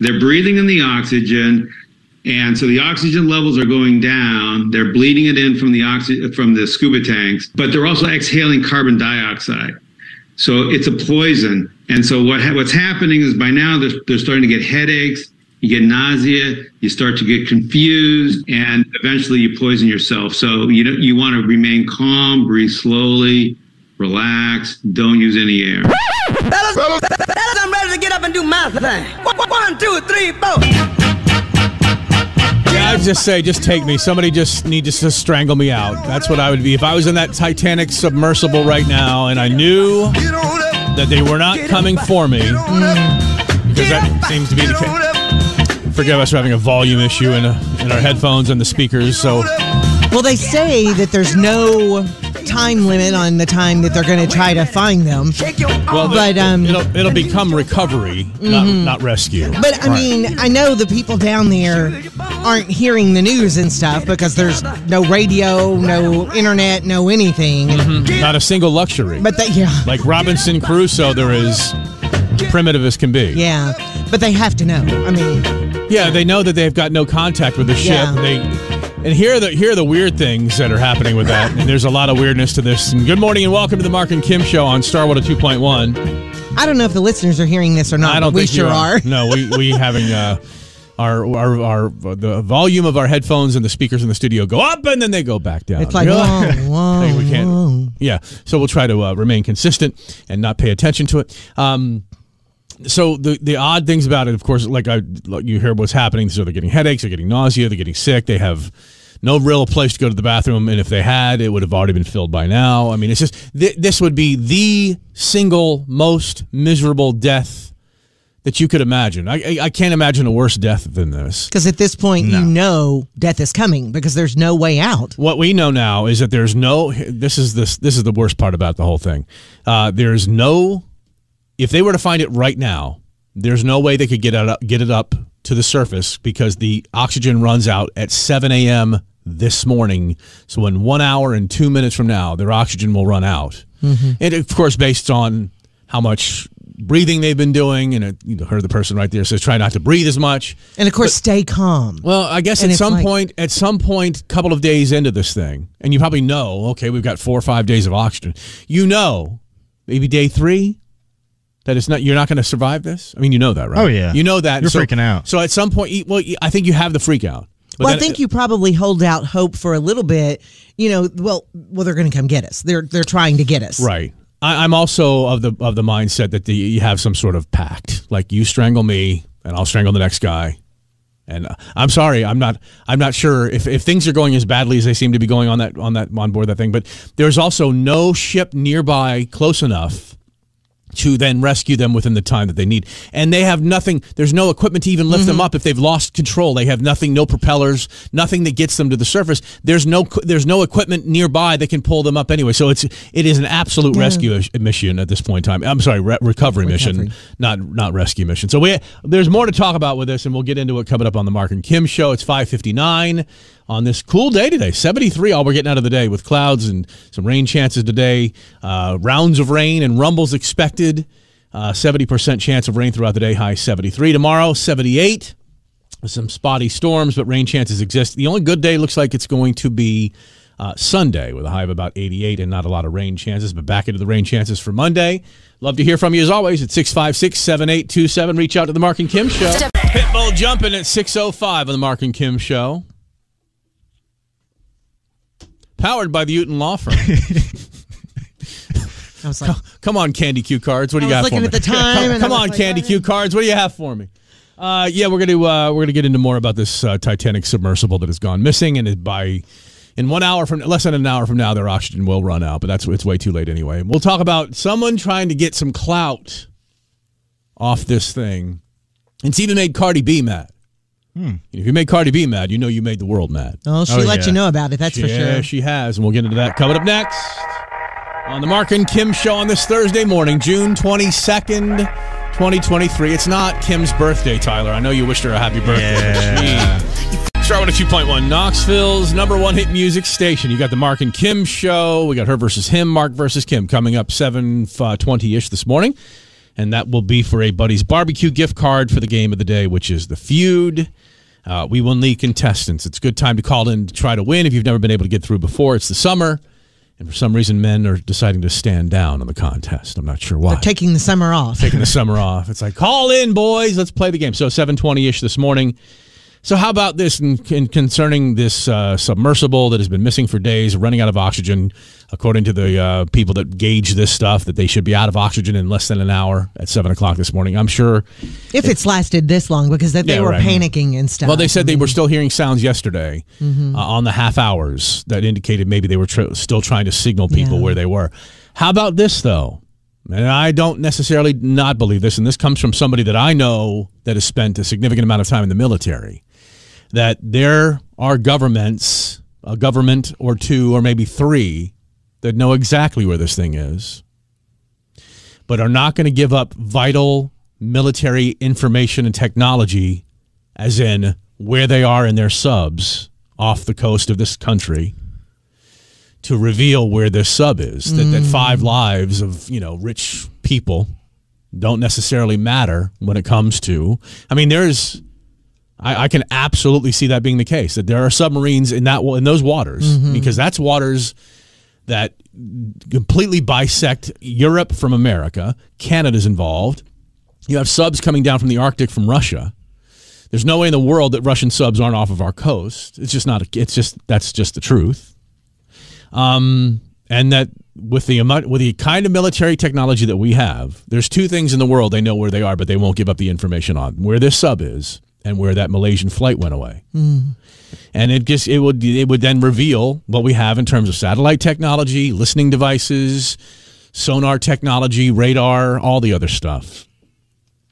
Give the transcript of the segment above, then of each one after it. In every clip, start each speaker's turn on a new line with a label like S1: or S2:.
S1: They're breathing in the oxygen, and so the oxygen levels are going down. They're bleeding it in from the oxy- from the scuba tanks, but they're also exhaling carbon dioxide. So it's a poison. And so what ha- what's happening is by now they're, they're starting to get headaches, you get nausea, you start to get confused, and eventually you poison yourself. So you don't, you want to remain calm, breathe slowly, relax, don't use any air.
S2: Fellas, fellas, I'm ready to get up and do my thing. One, one, two, three, four.
S3: Yeah, I'd just say, just take me. Somebody just need to just strangle me out. That's what I would be if I was in that Titanic submersible right now, and I knew that they were not coming for me because that seems to be the case. Forgive us for having a volume issue in, uh in our headphones and the speakers. So
S4: Well, they say that there's no time limit on the time that they're going to try to find them.
S3: Well,
S4: But,
S3: it-
S4: um, Mm-hmm.
S3: it'll it'll become recovery, not, not rescue.
S4: But I
S3: Right.
S4: mean, I know the people down there aren't hearing the news and stuff because there's no radio, no internet, no anything.
S3: not a single luxury.
S4: But they, yeah,
S3: like Robinson Crusoe, there is primitive as can be.
S4: yeah. But they have to know. I mean,
S3: Yeah, they know that they've got no contact with the ship.
S4: Yeah.
S3: They and here are the here are the weird things that are happening with that. And there's a lot of weirdness to this. And good morning and welcome to the Mark and Kim show on Starwater 2.1.
S4: I don't know if the listeners are hearing this or not.
S3: I don't
S4: but we
S3: think you
S4: sure are.
S3: No, we we having uh our, our our the volume of our headphones and the speakers in the studio go up and then they go back down.
S4: It's like,
S3: You're
S4: whoa, whoa,
S3: Hey, we can't.
S4: whoa.
S3: Yeah, so we'll try to uh, remain consistent and not pay attention to it. Um, so the the odd things about it, of course, like I like you hear what's happening. So they're getting headaches, they're getting nausea, they're getting sick. They have no real place to go to the bathroom, and if they had, it would have already been filled by now. I mean, it's just th- this would be the single most miserable death that you could imagine. I I, I can't imagine a worse death than this.
S4: Because at this point, you know death is coming because there's no way out.
S3: what we know now is that there's no this is this this is the worst part about the whole thing uh, there's no if they were to find it right now there's no way they could get it up, get it up to the surface because the oxygen runs out at 7 a.m this morning so in one hour and two minutes from now their oxygen will run out and of course based on how much breathing they've been doing and it, you know, heard the person right there says try not to breathe as much
S4: And of course, stay calm.
S3: well, I guess
S4: And
S3: at
S4: it's
S3: some
S4: like-
S3: point, at some point, couple of days into this thing, and you probably know, okay, we've got four or five days of oxygen. You know, maybe day three, that it's not you're not going to survive this. I mean, you know that, right?
S5: Oh, yeah.
S3: you know that.
S5: You're
S3: So-
S5: freaking out.
S3: So at some point, you- well, you- I think you have the freak out. But
S4: well, I
S3: then-
S4: think you probably hold out hope for a little bit. You know, well, well, they're going to come get us. They're they're trying to get us.
S3: Right. I, I'm also of the of the mindset that the, you have some sort of pact, like you strangle me and I'll strangle the next guy. And uh, I'm sorry, I'm not I'm not sure if, if things are going as badly as they seem to be going on that on that on board that thing. But there's also no ship nearby close enough to then rescue them within the time that they need. And they have nothing. There's no equipment to even lift them up if they've lost control. They have nothing, no propellers, nothing that gets them to the surface. There's no there's no equipment nearby that can pull them up anyway. So it's it is an absolute rescue ish- mission at this point in time. I'm sorry, re- recovery, mission, not not rescue mission. So we there's more to talk about with this and we'll get into it coming up on the Mark and Kim show. It's 5:59 on this cool day today. 73 all we're getting out of the day with clouds and some rain chances today. Uh, rounds of rain and rumbles expected. Uh, 70% chance of rain throughout the day, high 73. Tomorrow, 78 with some spotty storms, but rain chances exist. The only good day looks like it's going to be uh, Sunday with a high of about 88 and not a lot of rain chances, but back into the rain chances for Monday. Love to hear from you as always at 656 7827. Reach out to the Mark and Kim Show. Pitbull jumping at 605 on the Mark and Kim Show. Powered by the Uton Law Firm.
S4: I was like,
S3: Come on, candy cue cards. What do you got
S4: I was
S3: for
S4: looking
S3: me?
S4: at the time
S3: Come,
S4: and
S3: come
S4: I was
S3: on,
S4: like, "Oh,
S3: candy cue cards. What do you have for me? Uh, yeah, we're gonna uh, we're gonna get into more about this uh, Titanic submersible that has gone missing, and it- by in one hour from less than an hour from now, their oxygen will run out. But that's it's way too late anyway. We'll talk about someone trying to get some clout off this thing. It's even made Cardi B mad. If you made Cardi B mad, you know you made the world mad.
S4: oh, she
S5: Oh,
S4: let
S5: yeah.
S4: you know about it. That's for
S3: Yeah,
S4: sure.
S3: she has. And we'll get into that coming up next on the Mark and Kim show on this Thursday morning, June 22nd, 2023. It's not Kim's birthday, Tyler. I know you wished her a happy birthday.
S5: Yeah.
S3: Gee. Start with a 2.1 Knoxville's number one hit music station. You got the Mark and Kim show. We got her versus him, Mark versus Kim coming up 7 20 ish uh, this morning. and that will be for a Buddy's Barbecue gift card for the game of the day, which is the feud. Uh, we will need contestants. It's a good time to call in to try to win if you've never been able to get through before. It's the summer, and for some reason, men are deciding to stand down on the contest. I'm not sure why.
S4: Taking the summer off.
S3: taking the summer off. It's like, call in, boys. Let's play the game. So 720 ish this morning. So how about this in, in concerning this uh, submersible that has been missing for days, running out of oxygen, according to the uh, people that gauge this stuff, that they should be out of oxygen in less than an hour at seven o'clock this morning. I'm sure.
S4: If it's lasted this long, because that they
S3: Yeah,
S4: were
S3: right.
S4: panicking and stuff.
S3: Well, they said they were still hearing sounds yesterday uh, on the half hours that indicated maybe they were tr- still trying to signal people
S4: Yeah.
S3: where they were. How about this though? And I don't necessarily not believe this, and this comes from somebody that I know that has spent a significant amount of time in the military. That there are governments, a government or two or maybe three, that know exactly where this thing is, but are not going to give up vital military information and technology as in where they are in their subs off the coast of this country to reveal where their sub is that, that five lives of you know rich people don't necessarily matter when it comes to i mean there's I, I can absolutely see that being the case that there are submarines in that wa- in those waters because that's waters that completely bisect europe from america canada's involved you have subs coming down from the arctic from russia there's no way in the world that Russian subs aren't off of our coast. It's just not. A, it's just that's just the truth. Um, and that with the amount with the kind of military technology that we have, there's two things in the world they know where they are, but they won't give up the information on where this sub is and where that Malaysian flight went away. And it just it would it would then reveal what we have in terms of satellite technology, listening devices, sonar technology, radar, all the other stuff.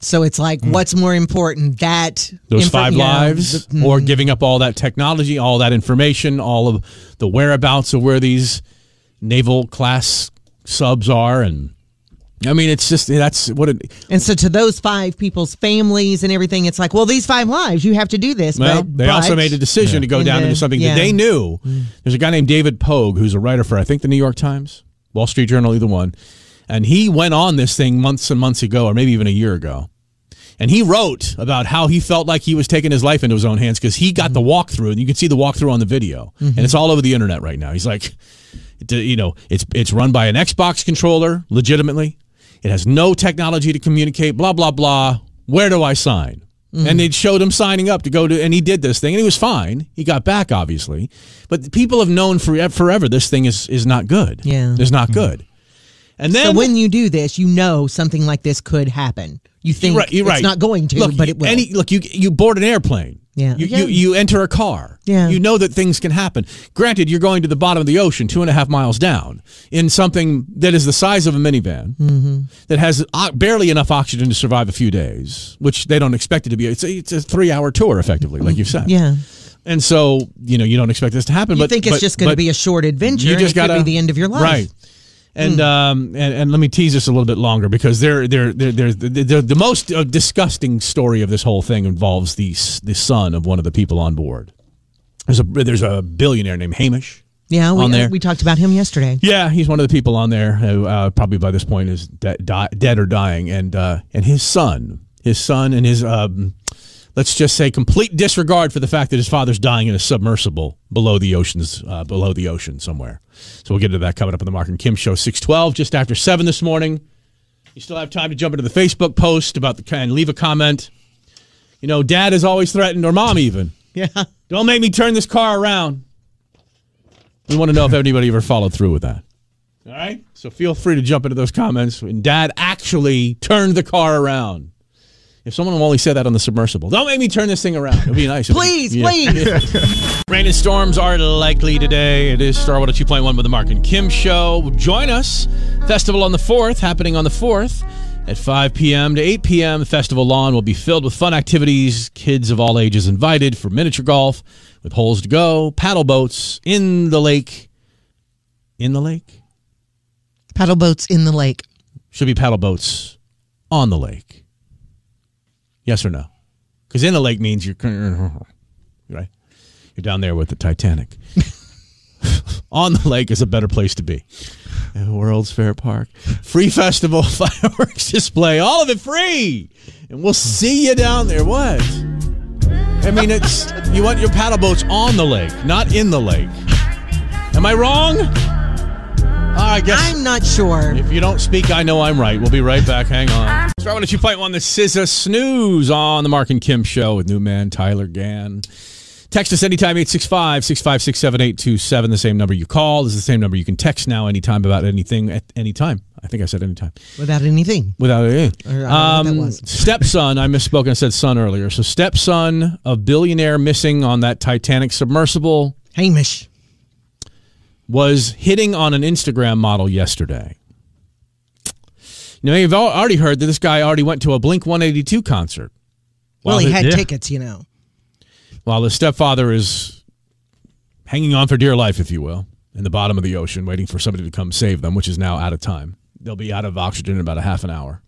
S4: So it's like, what's more important, that
S3: Mm. those
S4: infor-
S3: five
S4: you know,
S3: lives
S4: the- mm,
S3: or giving up all that technology, all that information, all of the whereabouts of where these naval class subs are and I mean it's just that's what it
S4: and so to those five people's families and everything, it's like, well, these five lives, you have to do this.
S3: well,
S4: but,
S3: they also
S4: but-
S3: made a decision to go
S4: And
S3: down
S4: then-
S3: into something
S4: yeah.
S3: that they knew. There's a guy named David Pogue who's a writer for I think the New York Times, Wall Street Journal, either one. And he went on this thing months and months ago, or maybe even a year ago. And he wrote about how he felt like he was taking his life into his own hands because he got the walkthrough, and you can see the walkthrough on the video,
S4: Mm-hmm.
S3: and it's all over the internet right now. He's like, d- you know, it's it's run by an Xbox controller, legitimately. It has no technology to communicate. Blah blah blah. Where do I sign?
S4: Mm.
S3: And they showed him signing up to go to, and he did this thing, and he was fine. He got back, obviously, but people have known for, forever this thing is is not good.
S4: Yeah. Mm.
S3: is not good. And then
S4: So when you do this, you know something like this could happen. You think
S3: you're right, you're right.
S4: it's not going to,
S3: look,
S4: but
S3: you-
S4: it will.
S3: Any, look, you you board an airplane.
S4: Yeah.
S3: You,
S4: Yeah.
S3: you you enter a car.
S4: Yeah.
S3: You know that things can happen. Granted, you're going to the bottom of the ocean, two and a half miles down, in something that is the size of a minivan
S4: Mm-hmm.
S3: that has o- barely enough oxygen to survive a few days, which they don't expect it to be. It's a, it's a three hour tour, effectively, like you've said.
S4: yeah.
S3: And so you know you don't expect this to happen.
S4: You
S3: but
S4: think it's
S3: but-
S4: just going to
S3: but-
S4: be a short adventure.
S3: you
S4: and
S3: just
S4: it could
S3: got to
S4: be the end of your life. Hmm.
S3: right? And um and, and let me tease this a little bit longer because there there there there's the, the, the most uh, disgusting story of this whole thing involves the s- the son of one of the people on board. There's a there's a billionaire named Hamish.
S4: Yeah, we,
S3: on there.
S4: we talked about him yesterday.
S3: Yeah, he's one of the people on there who uh, probably by this point is de- di- dead or dying, and uh, and his son, his son, and his um, let's just say complete disregard for the fact that his father's dying in a submersible below the oceans, uh, below the ocean somewhere. So we'll get into that coming up on the Mark and Kim show, six twelve, just after seven this morning. You still have time to jump into the Facebook post about the and leave a comment. You know, Dad is always threatened, or Mom even.
S4: Yeah.
S3: Don't make me turn this car around. We want to know if anybody ever followed through with that. All right? So feel free to jump into those comments when dad actually turned the car around. If someone will only say that on the submersible, don't make me turn this thing around. It'd be nice.
S4: Please, please.
S3: Rain and storms are likely today. It is Starwood at 2.1 with the Mark and Kim show. Join us. Festival on the 4th, happening on the 4th at 5 p.m. to 8 p.m. The festival lawn will be filled with fun activities, kids of all ages invited for miniature golf with holes to go, paddle boats in the lake. In the lake?
S4: Paddle boats in the lake.
S3: Should be paddle boats on the lake. Yes or no? Because in the lake means you're right. You're down there with the Titanic. on the lake is a better place to be. at World's Fair Park. Free festival, fireworks display, all of it free. And we'll see you down there. What? I mean, it's you want your paddle boats on the lake, not in the lake. Am I wrong? Ah, I guess
S4: I'm not sure.
S3: if you don't speak, I know I'm right. We'll be right back. Hang on. Start with a two-point one. The SZA snooze on the Mark and Kim show with new man Tyler Gann. Text us anytime, 865-656-7827. The same number you call is the same number you can text now anytime about anything at any time. I think I said anytime.
S4: Without anything.
S3: Without it.
S4: I don't know what that was.
S3: stepson, I misspoke and said son earlier. So stepson of billionaire missing on that Titanic submersible
S4: Hamish.
S3: was hitting on an Instagram model yesterday. Now, you've al- already heard that this guy already went to a Blink 182 concert
S4: Well,
S3: Well,
S4: he
S3: they-
S4: had
S3: yeah.
S4: tickets, you know.
S3: while the stepfather is hanging on for dear life, if you will, in the bottom of the ocean, waiting for somebody to come save them, which is now out of time. They'll be out of oxygen in about a half an hour.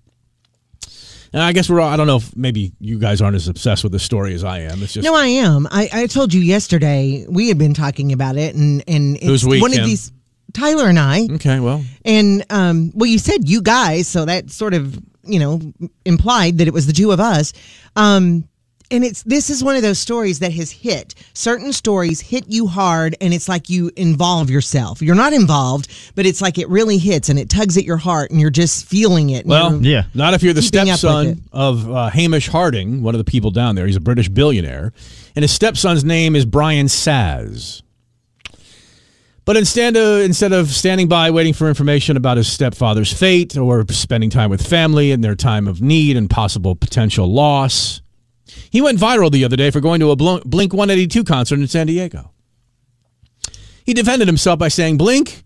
S3: And I guess we're all, I don't know if maybe you guys aren't as obsessed with this story as I am. It's just,
S4: No, I am. I, I told you yesterday we had been talking about it, and and it's
S3: Who's we,
S4: one
S3: Kim?
S4: of these. Tyler and I,
S3: okay, well,
S4: and um, well, you said you guys, so that sort of you know implied that it was the two of us. Um, and it's this is one of those stories that has hit. Certain stories hit you hard, and it's like you involve yourself. You're not involved, but it's like it really hits and it tugs at your heart, and you're just feeling it. and
S3: Well,
S4: you're-
S5: Yeah.
S3: Not if you're the
S4: Keeping up with it.
S3: stepson of uh, Hamish Harding, one of the people down there. He's a British billionaire, and his stepson's name is Brian Saz. But instead of, instead of standing by waiting for information about his stepfather's fate or spending time with family in their time of need and possible potential loss, he went viral the other day for going to a Blink 182 concert in San Diego. He defended himself by saying Blink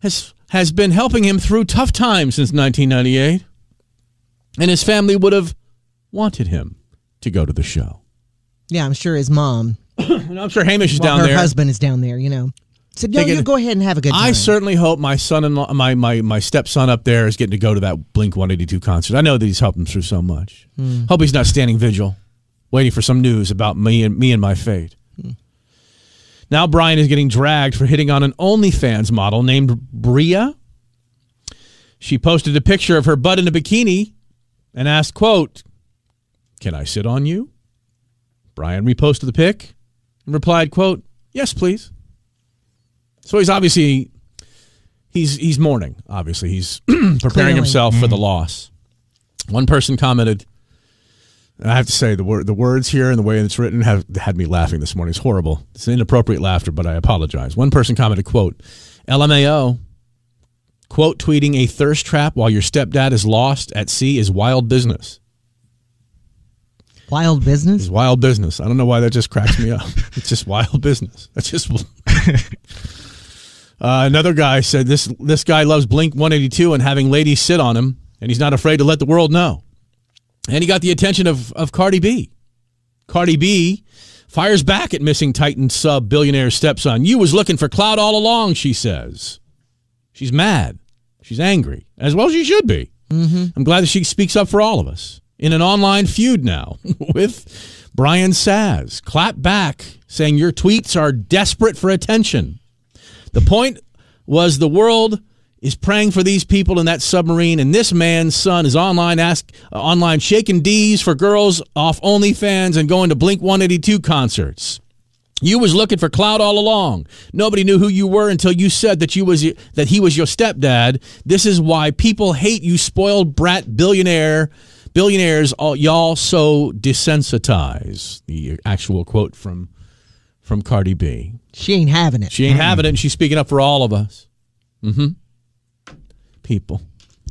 S3: has has been helping him through tough times since 1998 and his family would have wanted him to go to the show.
S4: yeah, I'm sure his mom,
S3: And I'm sure Hamish is
S4: well,
S3: down
S4: her
S3: there.
S4: husband is down there. You know, said no,
S3: Thinking-
S4: you go ahead and have a good time.
S3: I certainly hope my son-in-law, my, my my stepson up there is getting to go to that Blink 182 concert. I know that he's helped him through so much.
S4: Hmm.
S3: Hope he's not standing vigil, waiting for some news about me and me and my fate.
S4: Hmm.
S3: Now Brian is getting dragged for hitting on an OnlyFans model named Bria. She posted a picture of her butt in a bikini and asked, "Quote, can I sit on you?" Brian reposted the pic and replied, "Quote, yes, please." So he's obviously he's he's mourning. Obviously, he's preparing
S4: Clearly.
S3: himself for the loss. One person commented, and I have to say the word the words here and the way it's written have had me laughing this morning. It's horrible. It's inappropriate laughter, but I apologize. One person commented, "Quote, LMAO." Quote tweeting a thirst trap while your stepdad is lost at sea is wild business.
S4: wild
S3: It's
S4: business.
S3: wild business. I don't know why that just cracks me up. It's just wild business. That's just. uh, another guy said this. This guy loves Blink 182 and having ladies sit on him, and he's not afraid to let the world know. And he got the attention of of Cardi B. Cardi B fires back at missing Titan sub billionaire stepson. You was looking for clout all along, she says. She's mad. She's angry, as well as she should be. I'm glad that she speaks up for all of us in an online feud now with Brian Saz. Clap back, saying your tweets are desperate for attention. The point was the world is praying for these people in that submarine, and this man's son is online ask uh, online shaking D's for girls off OnlyFans and going to Blink 182 concerts. You was looking for clout all along. Nobody knew who you were until you said that you was that he was your stepdad. This is why people hate you, spoiled brat billionaire billionaires. All, y'all so desensitized. The actual quote from from Cardi B.
S4: She ain't having it.
S3: She ain't having it, and she's speaking up for all of us. Mm-hmm. People,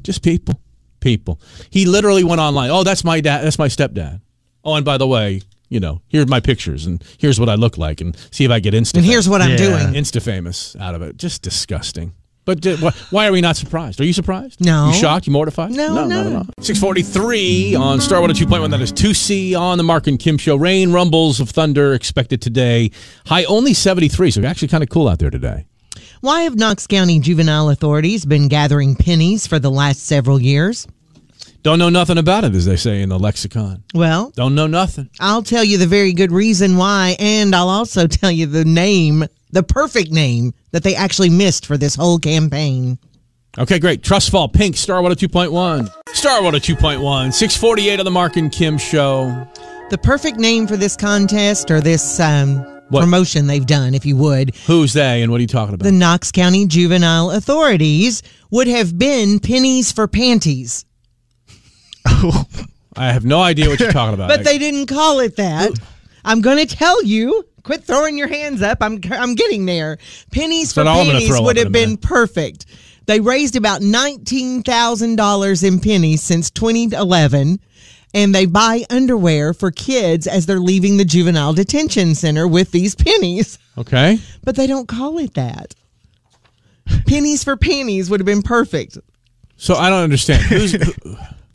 S3: just people, people. He literally went online. Oh, that's my dad. That's my stepdad. Oh, and by the way, you know, here's my pictures, and here's what I look like, and see if I get insta.
S4: and here's what I'm
S5: Yeah.
S4: doing.
S3: insta famous out of it. Just disgusting. But di- wh- why are we not surprised? Are you surprised?
S4: No.
S3: You shocked? You mortified?
S4: No,
S3: not
S4: no.
S3: at all. 643 on Star 102.1. That is 2C on the Mark and Kim show. Rain, rumbles of thunder expected today. High only 73, so actually kind of cool out there today.
S4: Why have Knox County juvenile authorities been gathering pennies for the last several years?
S3: Don't know nothing about it, as they say in the lexicon.
S4: Well,
S3: Don't know nothing.
S4: I'll tell you the very good reason why, and I'll also tell you the name, the perfect name that they actually missed for this whole campaign.
S3: Okay, great. Trust Fall Pink, Star oh Water 2.1. Star oh Water 2.1, 648 on the Mark and Kim show.
S4: The perfect name for this contest or this um,
S3: What?
S4: promotion they've done, if you would,
S3: Who's they and what are you talking about?
S4: the Knox County Juvenile Authorities would have been pennies for panties,
S3: I have no idea what you're talking about.
S4: but they didn't call it that. I'm going to tell you. Quit throwing your hands up. I'm I'm getting there. Pennies for
S3: what I'm gonna
S4: panties
S3: throw up
S4: would
S3: in
S4: have
S3: a
S4: been
S3: minute.
S4: perfect. They raised about nineteen thousand dollars in pennies since 2011, and they buy underwear for kids as they're leaving the juvenile detention center with these pennies.
S3: okay.
S4: But they don't call it that. Pennies for panties would have been perfect.
S3: So I don't understand. Who's,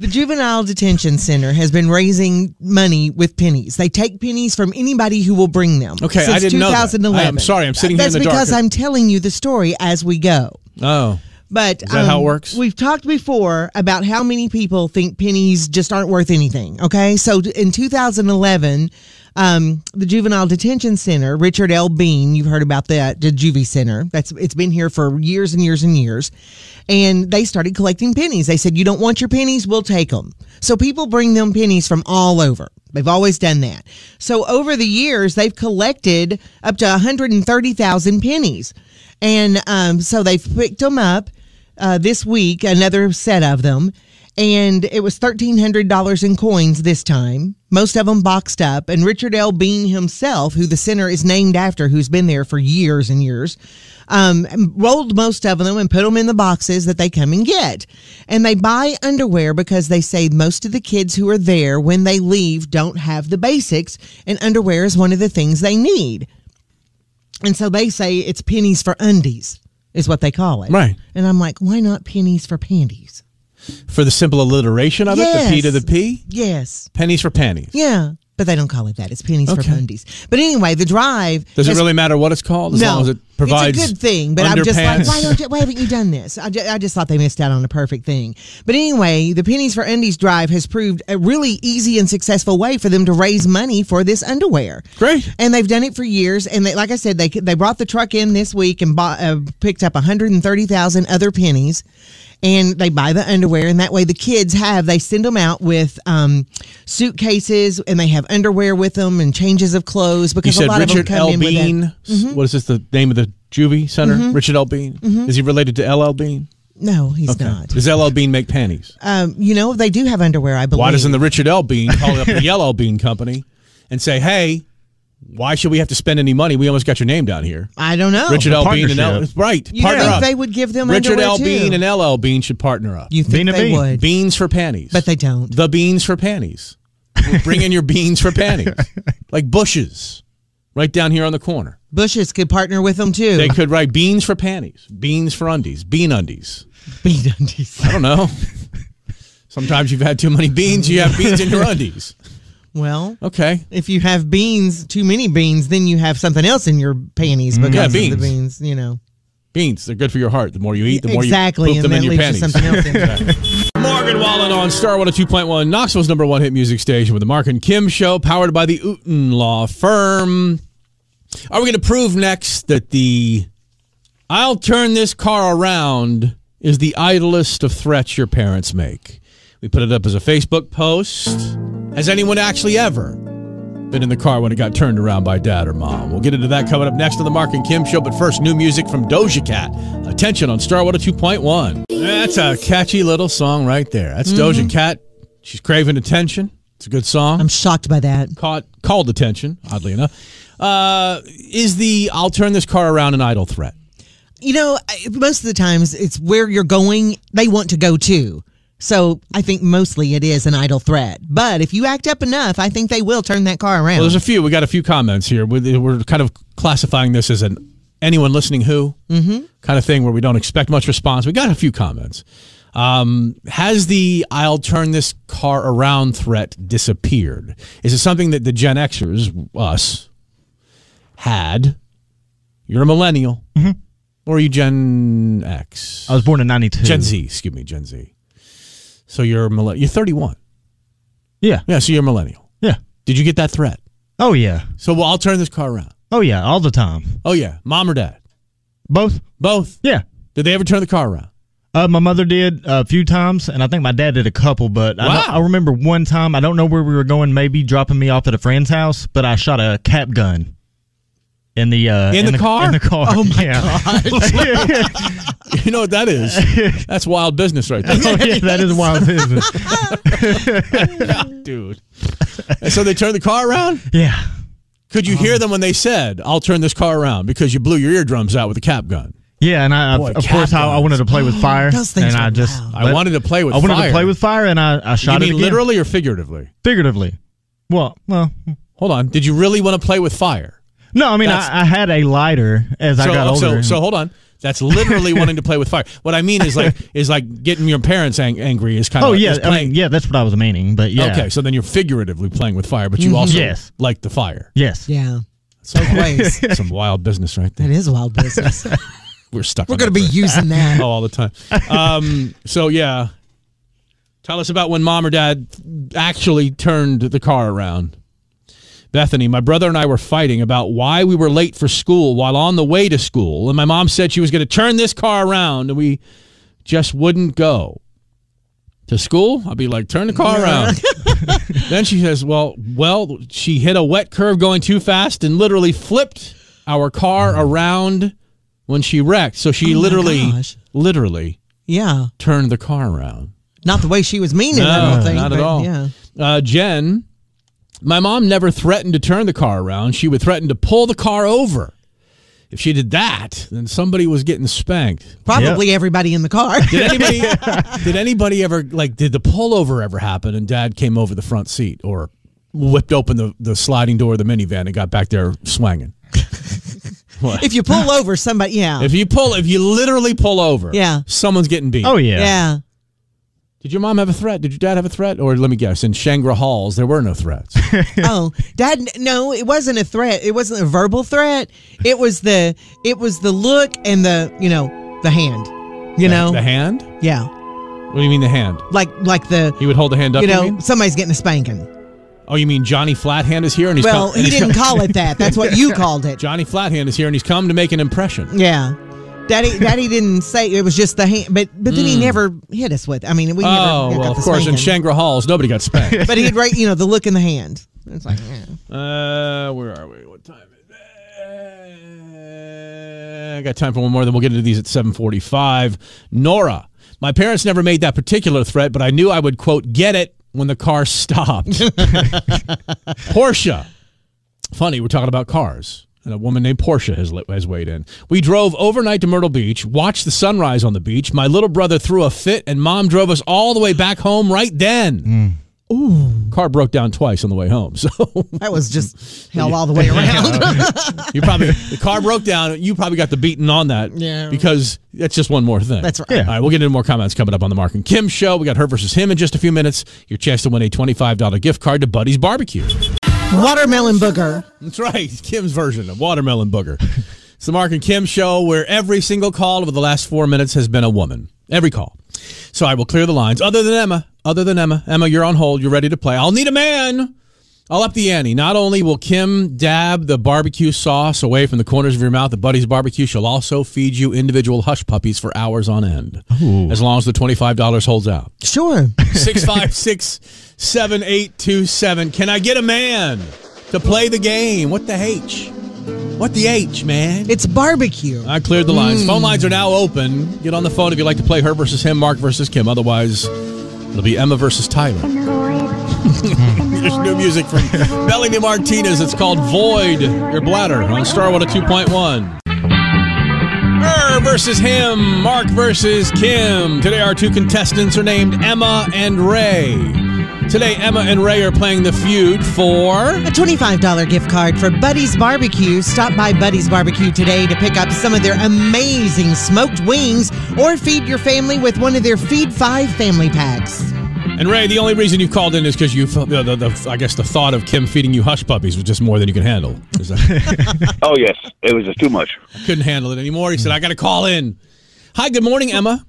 S4: The juvenile detention center has been raising money with pennies. They take pennies from anybody who will bring them.
S3: Okay, I
S4: since
S3: didn't know that.
S4: 2011.
S3: I am sorry, I'm sitting here in
S4: That's
S3: the dark.
S4: because I'm telling you the story as we go.
S3: oh.
S4: But um, is
S3: that how it works?
S4: We've talked before about how many people think pennies just aren't worth anything. Okay, so t- in 2011, um, the juvenile detention center, Richard L. Bean, you've heard about that, the juvie center. That's it's been here for years and years and years, and they started collecting pennies. They said, "You don't want your pennies? We'll take them." So people bring them pennies from all over. They've always done that. So over the years, they've collected up to 130,000 pennies. And um, so they've picked them up uh, this week, another set of them. And it was $1,300 in coins this time, most of them boxed up. And Richard L. Bean himself, who the center is named after, who's been there for years and years, um, rolled most of them and put them in the boxes that they come and get. And they buy underwear because they say most of the kids who are there when they leave don't have the basics, and underwear is one of the things they need. And so they say it's pennies for undies, is what they call it.
S3: Right.
S4: And I'm like, why not pennies for panties?
S3: For the simple alliteration of it, the P
S4: Yes.
S3: to the P,
S4: Yes.
S3: pennies for panties.
S4: Yeah. But they don't call it that. It's pennies
S3: Okay.
S4: for undies. But anyway, the drive.
S3: Does it
S4: has-
S3: really matter what it's called as
S4: no,
S3: long as it provides
S4: it's a good thing, but I'm just like,
S3: underpants?
S4: why don't you, why haven't you done this? I ju- I just thought they missed out on a perfect thing. But anyway, the Pennies for Undies drive has proved a really easy and successful way for them to raise money for this underwear.
S3: Great.
S4: and they've done it for years. And they, like I said, they they brought the truck in this week and bought, uh, picked up 130,000 other pennies, and they buy the underwear. And that way, the kids have they send them out with um, suitcases, and they have underwear with them and changes of clothes
S3: You
S4: because a
S3: said
S4: lot of them
S3: Richard
S4: come
S3: L.
S4: in with Mm-hmm. that-
S3: Bean. What is this, the name of the juvie center? Richard L. Bean.
S4: Mm-hmm.
S3: Is he related to L. L. Bean?
S4: No, he's not.
S3: Does L. L. Bean make panties?
S4: Um, you know, they do have underwear. I believe.
S3: Why doesn't the Richard L. Bean call up the Yellow Bean Company and say, hey, why should we have to spend any money? We almost got your name down here.
S4: I don't know.
S3: Richard L. Bean and L.
S5: partnership.
S3: Right.
S4: You
S3: partner
S4: think
S3: up.
S4: they would give them
S3: Richard
S4: underwear
S3: L.
S4: too?
S3: Bean and L. L. Bean should partner up.
S4: You think
S5: Bean and
S4: they
S5: Bean.
S4: would?
S3: Beans for panties.
S4: But they don't.
S3: The beans for panties. Bring in your beans for panties. Like bushes right down here on the corner.
S4: Bushes could partner with them too.
S3: They could write beans for panties, beans for undies, bean undies.
S4: Bean undies.
S3: I don't know. Sometimes you've had too many beans, you have beans in your undies.
S4: Well,
S3: Okay.
S4: if you have beans, too many beans, then you have something else in your panties because
S3: Mm. Yeah,
S4: of the
S3: beans.
S4: beans. You know
S3: Beans, they're good for your heart. The more you eat, the more
S4: exactly,
S3: you poop
S4: and
S3: them
S4: that
S3: in your
S4: leaves
S3: panties.
S4: you something else. in there.
S3: Morgan Wallen on Star 102.1, Knoxville's number one hit music station with the Mark and Kim show, powered by the Uten Law Firm. Are we going to prove next that the I'll turn this car around is the idlest of threats your parents make? We put it up as a Facebook post. Has anyone actually ever been in the car when it got turned around by dad or mom? We'll get into that coming up next on the Mark and Kim show, but first, new music from Doja Cat. Attention on Star 102.1. That's a catchy little song right there. That's Doja Cat. She's craving attention. It's a good song
S4: I'm shocked by that.
S3: caught called attention, oddly enough, uh, is the "I'll turn this car around" an idle threat.
S4: You know, I- most of the times it's where you're going. They want to go to. So I think mostly it is an idle threat. But if you act up enough, I think they will turn that car around.
S3: Well, there's a few. We got a few comments here. We- We're kind of classifying this as an anyone listening who mm-hmm. kind of thing where we don't expect much response. We got a few comments. Um, has the "I'll turn this car around" threat disappeared? Is it something that the Gen Xers, us, had? You're a millennial, or are you Gen X?
S5: Mm-hmm. I was born in '92.
S3: Gen Z, excuse me, Gen Z. So you're millenn- you're 31.
S5: Yeah,
S3: Yeah, so you're a millennial.
S5: yeah.
S3: Did you get that threat?
S5: Oh yeah,
S3: So well, I'll turn this car around.
S5: oh yeah. All the time.
S3: Oh yeah, mom or dad,
S5: Both.
S3: both.
S5: Yeah.
S3: Did they ever turn the car around?
S5: Uh, my mother did a few times, and I think my dad did a couple. But I, don't-
S3: Wow.
S5: I remember one time. I don't know where we were going. Maybe dropping me off at a friend's house, but I shot a cap gun in the uh,
S3: In the car?
S5: In the car.
S3: Oh, my
S5: god!
S3: You know what that is? That's wild business right there,
S5: Oh, yeah, that is wild business.
S3: dude. And so they turned the car around.
S5: Yeah.
S3: Could you
S5: Uh-huh.
S3: hear them when they said, "I'll turn this car around" because you blew your eardrums out with a cap gun?
S5: Yeah, and I,
S3: Boy,
S5: of course, I, I
S3: captains.
S5: wanted to play with fire,
S4: Those things
S5: and
S4: were
S5: I just
S4: wild.
S3: I wanted to play with
S5: I wanted
S3: fire.
S5: to play with fire, and I, I
S3: You
S5: shot it
S3: mean
S5: again.
S3: literally or figuratively?
S5: figuratively. Well, well,
S3: Hold on. Did you really want to play with fire?
S5: no, I mean,
S3: That's-
S5: I, I had a lighter as I got older.
S3: so,
S5: and-
S3: so hold on. That's literally wanting to play with fire. What I mean is like is like getting your parents ang- angry is kind of
S5: oh yeah,
S3: is
S5: I
S3: playing-
S5: mean, yeah, that's what I was meaning, but yeah, Mm-hmm.
S3: Okay, so then you're figuratively playing with fire, but you also
S5: Yes.
S3: like the fire.
S5: yes,
S4: Yeah.
S3: So
S4: Ways.
S3: some wild business right
S4: That
S3: there.
S4: is wild business.
S3: We're stuck.
S4: We're
S3: on
S4: going to
S3: that
S4: be
S3: for-
S4: using that.
S3: oh, all the time. Um, so yeah, tell us about when mom or dad actually turned the car around. Bethany, my brother and I were fighting about why we were late for school while on the way to school, and my mom said she was going to turn this car around, and we just wouldn't go to school. I'd be like, "Turn the car around." then she says, "Well, well, she hit a wet curve going too fast and literally flipped our car around when she wrecked. So she
S4: Mm. Oh my
S3: literally,
S4: gosh.
S3: literally
S4: Yeah.
S3: turned the car around.
S4: Not the way she was meaning it, I
S3: No,
S4: don't think.
S3: not at
S4: but
S3: all.
S4: Oh, Yeah.
S3: Uh, Jen, my mom never threatened to turn the car around. She would threaten to pull the car over. If she did that, then somebody was getting spanked.
S4: Probably everybody in the car.
S3: Did anybody did anybody ever like did the pullover ever happen and dad came over the front seat or whipped open the, the sliding door of the minivan and got back there swanging?
S4: if you pull over somebody, yeah.
S3: If you pull if you literally pull over,
S4: Oh. Yeah.
S3: someone's getting beat.
S5: oh yeah,
S4: yeah.
S3: Did your mom have a threat? Did your dad have a threat? Or let me guess, in Shangri Halls there were no threats.
S4: oh, dad no, it wasn't a threat. It wasn't a verbal threat. It was the it was the look and the, you know, the hand. You know?
S3: The hand?
S4: Yeah.
S3: What do you mean the hand?
S4: Like like the
S3: He would hold the hand up.
S4: you
S3: You
S4: know,
S3: mean?
S4: somebody's getting a spanking.
S3: Oh, you mean Johnny Flathand is here and he's
S4: Well,
S3: come- and
S4: he
S3: he's
S4: didn't
S3: come-
S4: call it that. That's what you called it.
S3: Johnny Flathand is here and he's come to make an impression.
S4: Yeah. Daddy, Daddy didn't say it was just the hand, but but then he never hit us with. I mean, we never
S3: Hmm. Oh,
S4: got
S3: well,
S4: the
S3: of course, in
S4: spanking.
S3: Shangri Halls nobody got spanked.
S4: but he'd write, you know, the look in the hand. It's like, yeah.
S3: Uh, where are we? What time is it? Uh, I got time for one more. Then we'll get into these at seven forty-five. Nora, my parents never made that particular threat, but I knew I would quote get it when the car stopped. Portia, funny, we're talking about cars. And a woman named Portia has, li- has weighed in. We drove overnight to Myrtle Beach, watched the sunrise on the beach. My little brother threw a fit, and mom drove us all the way back home right then. Car broke down twice on the way home. So
S4: that was just hell all the way around.
S3: You probably the car broke down. You probably got the beating on that.
S4: Yeah.
S3: Because that's just one more thing.
S4: That's right.
S5: Yeah.
S3: All right, we'll get into more comments coming up on the Mark and Kim show. We got her versus him in just a few minutes. Your chance to win a twenty-five dollar gift card to Buddy's Barbecue.
S4: Watermelon booger.
S3: That's right, Kim's version of watermelon booger. It's the Mark and Kim show where every single call over the last four minutes has been a woman. Every call. So I will clear the lines. Other than Emma, other than Emma, Emma, you're on hold. You're ready to play. I'll need a man. I'll up the ante. Not only will Kim dab the barbecue sauce away from the corners of your mouth at Buddy's Barbecue, she'll also feed you individual hush puppies for hours on end, as long as the $25 holds out.
S4: Sure.
S3: 656 7827. Can I get a man to play the game? What the H? What the H, man?
S4: It's barbecue.
S3: I cleared the lines. Phone lines are now open. Get on the phone if you'd like to play her versus him, Mark versus Kim. Otherwise, it'll be Emma versus Tyler. There's new music from Melanie Martinez. It's called Void Your Bladder on Star oh 2.1. Her versus him, Mark versus Kim. Today, our two contestants are named Emma and Ray. Today, Emma and Ray are playing the feud for.
S4: A $25 gift card for Buddy's Barbecue. Stop by Buddy's Barbecue today to pick up some of their amazing smoked wings or feed your family with one of their Feed 5 family packs.
S3: And Ray, the only reason you called in is because you, the, the, the, I guess, the thought of Kim feeding you hush puppies was just more than you could handle. Is that-
S6: Oh yes, it was just too much.
S3: couldn't handle it anymore. He said, "I got to call in." Hi, good morning, Emma.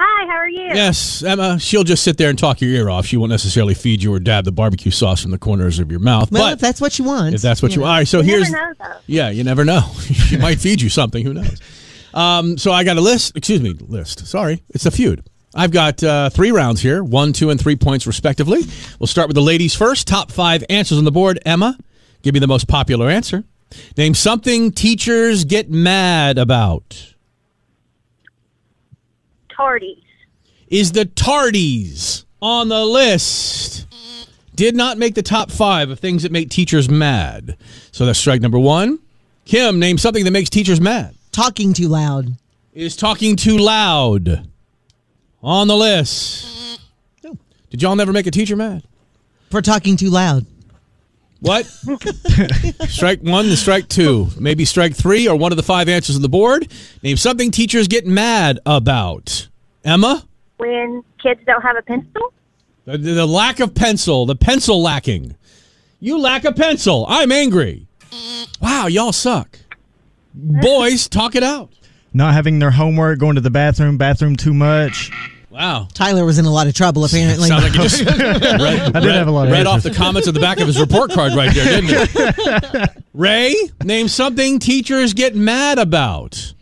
S7: Hi, how are you?
S3: Yes, Emma. She'll just sit there and talk your ear off. She won't necessarily feed you or dab the barbecue sauce from the corners of your mouth.
S4: Well,
S3: but
S4: if that's what you want.
S3: if that's what you, all right. So
S7: You
S3: here's
S7: never know, though.
S3: yeah, you never know. she might feed you something. Who knows? Um, so I got a list. Excuse me, list. Sorry, it's a feud. I've got uh, three rounds here one, two, and three points, respectively. We'll start with the ladies first. Top five answers on the board. Emma, give me the most popular answer. Name something teachers get mad about.
S7: Tardies.
S3: Is the tardies on the list? Did not make the top five of things that make teachers mad. So that's strike number one. Kim, name something that makes teachers mad.
S4: Talking too loud.
S3: Is talking too loud on the list? No. Did y'all never make a teacher mad?
S4: For talking too loud.
S3: What? strike one and strike two. Maybe strike three or one of the five answers on the board. Name something teachers get mad about. Emma?
S7: When kids don't have a pencil?
S3: The, the- the lack of pencil, the pencil lacking. You lack a pencil. I'm angry. Wow, y'all suck. Boys, talk it out.
S5: Not having their homework, going to the bathroom, bathroom too much.
S3: Wow.
S4: Tyler was in a lot of trouble, apparently.
S3: Sounds like you just read,
S5: I did
S3: read-
S5: have a lot of
S3: read off
S5: answers.
S3: the comments at the back of his report card right there, didn't it? Ray, name something teachers get mad about.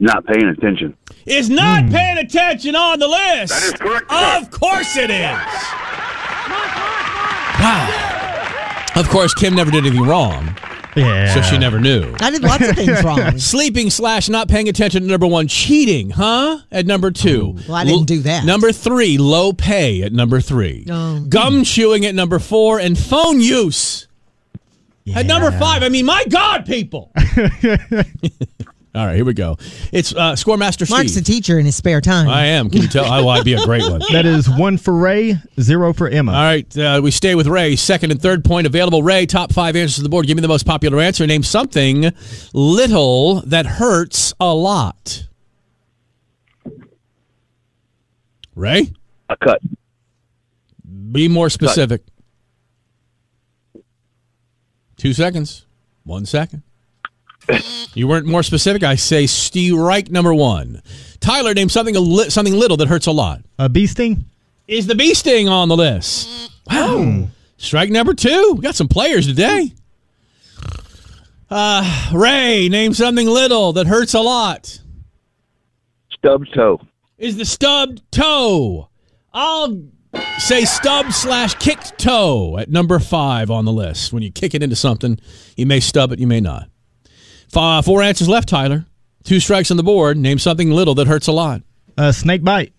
S6: Not paying attention.
S3: Is
S5: Hmm.
S3: not paying attention on the list.
S6: That is correct, sir.
S3: Of course it is. Wow. Of course, Kim never did anything wrong,
S5: Yeah.
S3: so she never knew.
S4: I did lots of things wrong.
S3: Sleeping slash not paying attention at number one. Cheating, huh? At number two.
S4: Oh, Well, I didn't
S3: L-
S4: do that.
S3: Number three, low pay at number three.
S4: Oh.
S3: Gum chewing at number four, and phone use at number five. I mean, my God, people. All right, here we go. It's uh, Scoremaster
S4: Mark's a
S3: Steve.
S4: teacher in his spare time.
S3: I am. Can you tell? I, well, I'd be a great one.
S5: That is one for Ray, zero for Emma.
S3: All right, uh, we stay with Ray. Second and third point available. Ray, top five answers to the board. Give me the most popular answer. Name something little that hurts a lot. Ray,
S6: A cut.
S3: be more specific. Two seconds. One second. You weren't more specific. I say strike number one. Tyler, name something a li- something little that hurts a lot.
S5: A bee sting?
S3: Is the bee sting on the list? Wow. Strike number two. We got some players today. Uh, Ray, name something little that hurts a lot.
S6: Stub toe.
S3: Is the stubbed toe? I'll say stub slash kicked toe at number five on the list. When you kick it into something, you may stub it, you may not. Fi- Four answers left, Tyler. Two strikes on the board. Name something little that hurts a lot.
S5: A snake bite?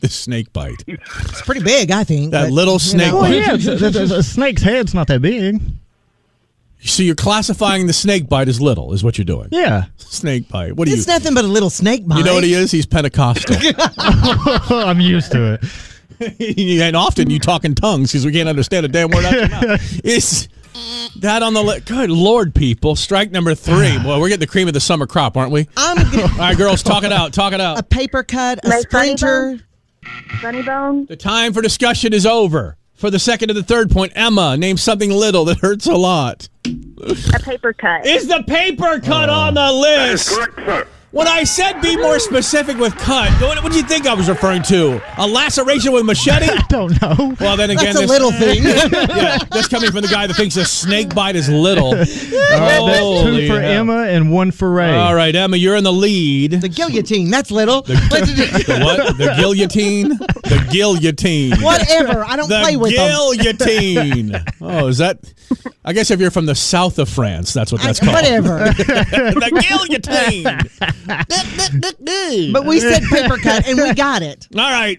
S3: The snake bite.
S4: It's pretty big, I think.
S3: That
S4: but,
S3: little
S4: you
S3: snake
S4: know.
S3: bite.
S5: Well, Oh, yeah, the- the- the- a snake's head's not that big.
S3: So you're classifying the snake bite as little, is what you're doing.
S5: Yeah.
S3: Snake bite. What do you?
S4: It's nothing but a little snake bite.
S3: You know what he is? He's Pentecostal,
S5: I'm used to it.
S3: and often you talk in tongues because we can't understand a damn word out your mouth. Is that on the li- good Lord, people? Strike number three. Boy, we're getting the cream of the summer crop, aren't we?
S4: I'm
S3: All
S4: gonna-
S3: right, girls, talk it out. Talk it
S4: a
S3: out.
S4: paper cut, a
S7: Like funny
S4: splinter.
S7: Funny bone?
S3: The time for discussion is over. For the second and the third point, Emma, name something little that hurts a lot.
S7: A paper cut.
S3: Is the paper cut on the list?
S6: sir.
S3: When I said be more specific with cut, what, what do you think I was referring to? A laceration with machete?
S5: Don't know.
S3: Well, then again,
S4: That's a
S3: this-
S4: little thing.
S3: yeah, that's coming from the guy that thinks a snake bite is little.
S5: All right, that's
S3: Holy
S5: two for
S3: hell.
S5: Emma and one for Ray.
S3: All right, Emma, you're in the lead.
S4: the guillotine. That's little.
S3: The what? The guillotine? The guillotine.
S4: Whatever. I don't
S3: The
S4: play with them.
S3: guillotine. Oh, is that? I guess if you're from the south of France, that's what
S4: I-
S3: that's called.
S4: Whatever.
S3: the guillotine.
S4: but we said paper cut and we got it.
S3: All right.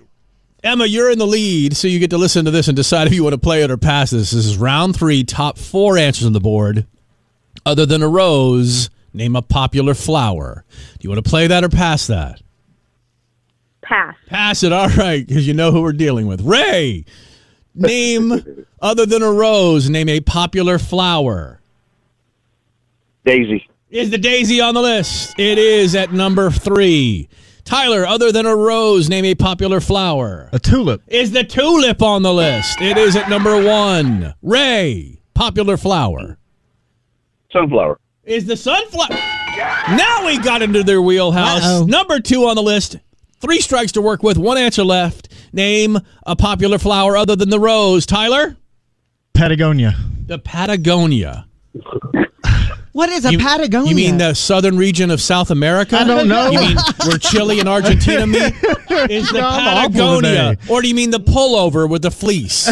S3: Emma, you're in the lead, so you get to listen to this and decide if you want to play it or pass this. This is round three, top four answers on the board. Other than a rose, name a popular flower. Do you want to play that or pass that?
S7: Pass.
S3: Pass it, all right, because you know who we're dealing with. Ray, name, other than a rose, name a popular flower.
S6: Daisy.
S3: Is the daisy on the list? It is at number three. Tyler, other than a rose, name a popular flower.
S5: A tulip.
S3: Is the tulip on the list? It is at number one. Ray, popular flower.
S6: Sunflower.
S3: Is the sunflower. Now we got into their wheelhouse.
S4: Uh-oh.
S3: Number two on the list. Three strikes to work with, one answer left. Name a popular flower other than the rose. Tyler?
S5: Patagonia.
S3: The Patagonia.
S4: What is a
S3: You-
S4: Patagonia?
S3: You mean the southern region of South America?
S5: I don't know.
S3: You mean where Chile and Argentina meet? Is the
S5: No, I'm awful
S3: Patagonia,
S5: today.
S3: or do you mean the pullover with the fleece?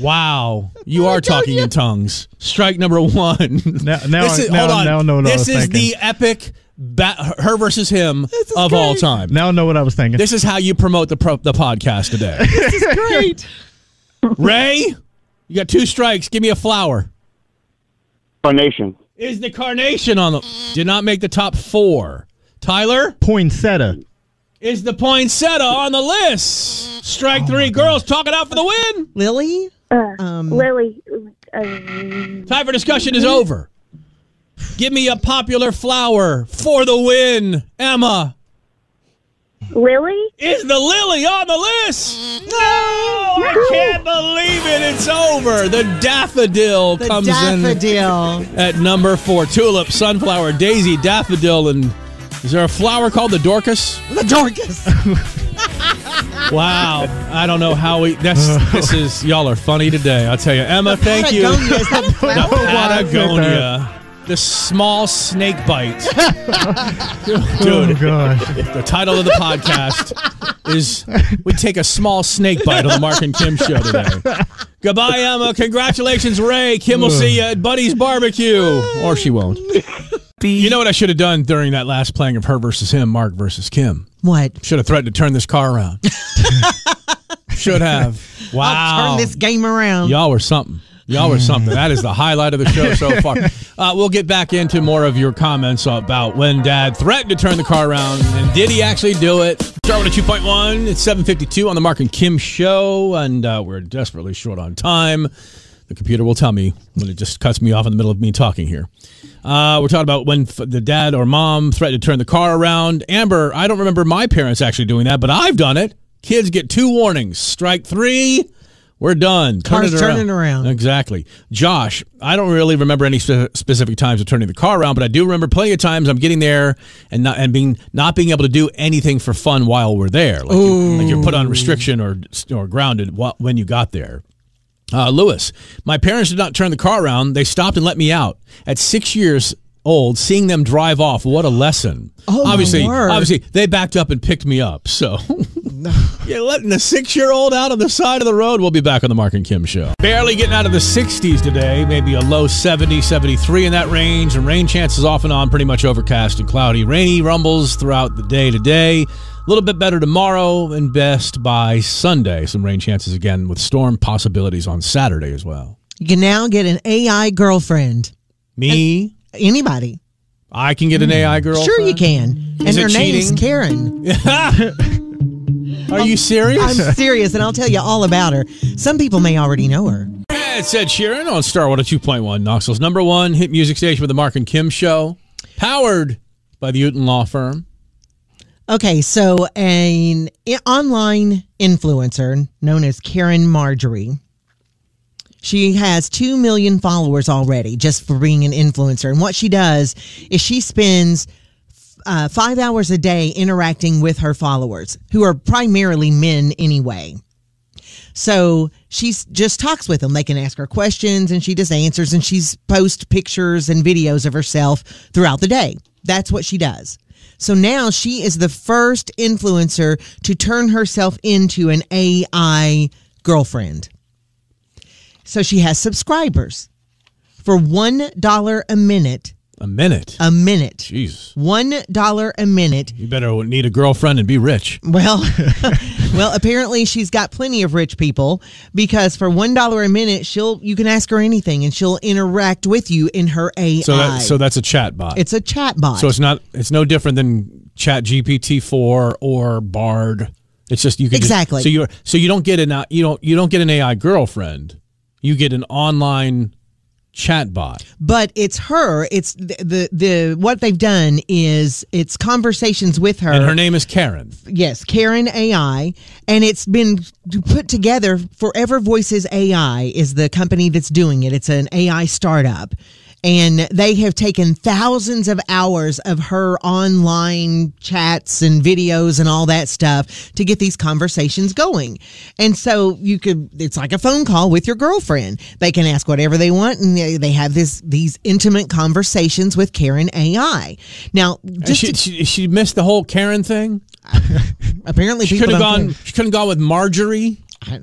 S3: wow, you are talking in tongues. Strike number one.
S5: Now- now
S3: this
S5: I-
S3: is,
S5: now-
S3: hold on.
S5: now I know what I
S3: this
S5: was
S3: is the
S5: thinking.
S3: epic ba- her versus him
S4: is
S3: of all
S4: great.
S3: time.
S5: Now I know what I was thinking.
S3: This is how you promote the pro- the podcast today.
S4: Great.
S3: Ray, you got two strikes. Give me a flower.
S6: Carnation.
S3: Is the carnation on the did not make the top four. Tyler
S5: Poinsettia.
S3: is the poinsettia on the list. Strike three. girls talking out for the win.
S4: Lily?
S7: Uh,
S4: Um,
S7: Lily, uh,
S3: Time for discussion is over. Give me a popular flower for the win. Emma
S7: Lily,
S3: is the lily on the list. No, I can't believe it. It's over. The daffodil
S4: the
S3: comes in.
S4: daffodil.
S3: at number four. Tulip, sunflower, daisy, daffodil, and is there a flower called the Dorcas?
S4: the Dorcas.
S3: Wow, I don't know how we. That's this is y'all are funny today. I'll tell you, Emma. Thank you.
S4: Patagonia, is that a flower?
S5: No.
S3: Patagonia, the small snake bite.
S5: Oh
S3: Dude,
S5: gosh.
S3: the title of the podcast is "We Take a Small Snake Bite" on the Mark and Kim Show today. Goodbye, Emma. Congratulations, Ray. Kim will see you at Buddy's Barbecue, or she won't. You know what I should have done during that last playing of her versus him, Mark versus Kim?
S4: What?
S3: Should have threatened to turn this car around. should have. Wow.
S4: Turn this game around.
S3: Y'all were something. Y'all were something. That is the highlight of the show so far. Uh, we'll get back into more of your comments about when Dad threatened to turn the car around and did he actually do it? Start with a 2.1. It's 7.52 on the Mark and Kim show, and uh, we're desperately short on time. The computer will tell me when it just cuts me off in the middle of me talking here. Uh, we're talking about when f- the dad or mom threatened to turn the car around. Amber, I don't remember my parents actually doing that, but I've done it. Kids get two warnings. Strike three. We're done. Turn
S4: Car's turning around.
S3: Exactly. Josh, I don't really remember any spe- specific times of turning the car around, but I do remember plenty of times I'm getting there and not and being not being able to do anything for fun while we're there. Like, you, like you're put on restriction or or grounded wh- when you got there. Uh, Lewis, my parents did not turn the car around. They stopped and let me out. At six years old, seeing them drive off, what a lesson!
S4: Oh, my
S3: obviously,
S4: word.
S3: obviously, they backed up and picked me up. So, you're letting a six-year-old out on the side of the road. We'll be back on the Mark and Kim show. Barely getting out of the 60s today. Maybe a low 70, 73 in that range, and rain chances off and on. Pretty much overcast and cloudy, rainy rumbles throughout the day today. A little bit better tomorrow and best by Sunday. Some rain chances again with storm possibilities on Saturday as well.
S4: You can now get an AI girlfriend.
S3: Me,
S4: Anybody.
S3: I can get an AI girl.
S4: Hmm. Sure you can. And
S3: Is it
S4: her name's
S3: cheating?
S4: Karen.
S3: Are you
S4: I'm
S3: serious?
S4: serious, and I'll tell you all about her. Some people may already know her.
S3: Yeah, it's Ed Sheeran on Star Water 2.1, Knoxville's number one hit music station with the Mark and Kim show, powered by the Uton Law Firm.
S4: Okay, so an i- online influencer known as Karen Marjorie. She has 2 million followers already just for being an influencer. And what she does is she spends uh, five hours a day interacting with her followers, who are primarily men anyway. So she just talks with them. They can ask her questions and she just answers and she's posts pictures and videos of herself throughout the day. That's what she does. So now she is the first influencer to turn herself into an AI girlfriend. So she has subscribers for $1 a minute,
S3: A minute.
S4: a minute.
S3: Jeez.
S4: $1 a minute
S3: You better need a girlfriend and be rich.
S4: well, well, apparently she's got plenty of rich people because for one dollar a minute, she'll you can ask her anything and she'll interact with you in her AI.
S3: So that, so that's a chat bot.
S4: it's a chat bot.
S3: so it's not it's no different than Chat GPT four or Bard. It's just you can just-
S4: Exactly.
S3: so you so you don't get an uh, you don't you don't get an AI girlfriend. You get an online chat bot.
S4: but it's her. It's the, the the what they've done is it's conversations with her.
S3: And her name is Karen.
S4: yes, Karen AI, and it's been put together. Forever Voices AI is the company that's doing it. It's an AI startup, And they have taken thousands of hours of her online chats and videos and all that stuff to get these conversations going. And so you could, it's like a phone call with your girlfriend. They can ask whatever they want and they, they have this, these intimate conversations with Karen AI. Now, just
S3: she,
S4: to-
S3: she, she missed the whole Karen thing.
S4: apparently
S3: She
S4: people
S3: could have
S4: don't
S3: gone.
S4: care.
S3: She couldn't gone with Marjorie.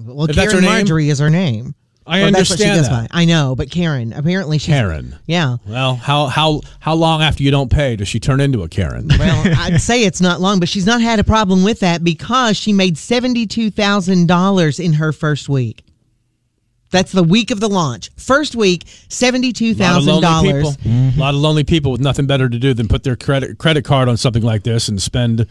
S4: Well,
S3: If that's
S4: Karen
S3: her name?
S4: Marjorie is her name.
S3: I
S4: Well, that's what she
S3: understand
S4: goes
S3: that.
S4: by. I know, but Karen. Apparently, she's
S3: Karen.
S4: Yeah.
S3: Well, how how how long after you don't pay does she turn into a Karen?
S4: Well, I'd say it's not long, but she's not had a problem with that because she made seventy-two thousand dollars in her first week. That's the week of the launch. First week, seventy-two thousand dollars.
S3: people. A lot of lonely people with nothing better to do than put their credit credit card on something like this and spend.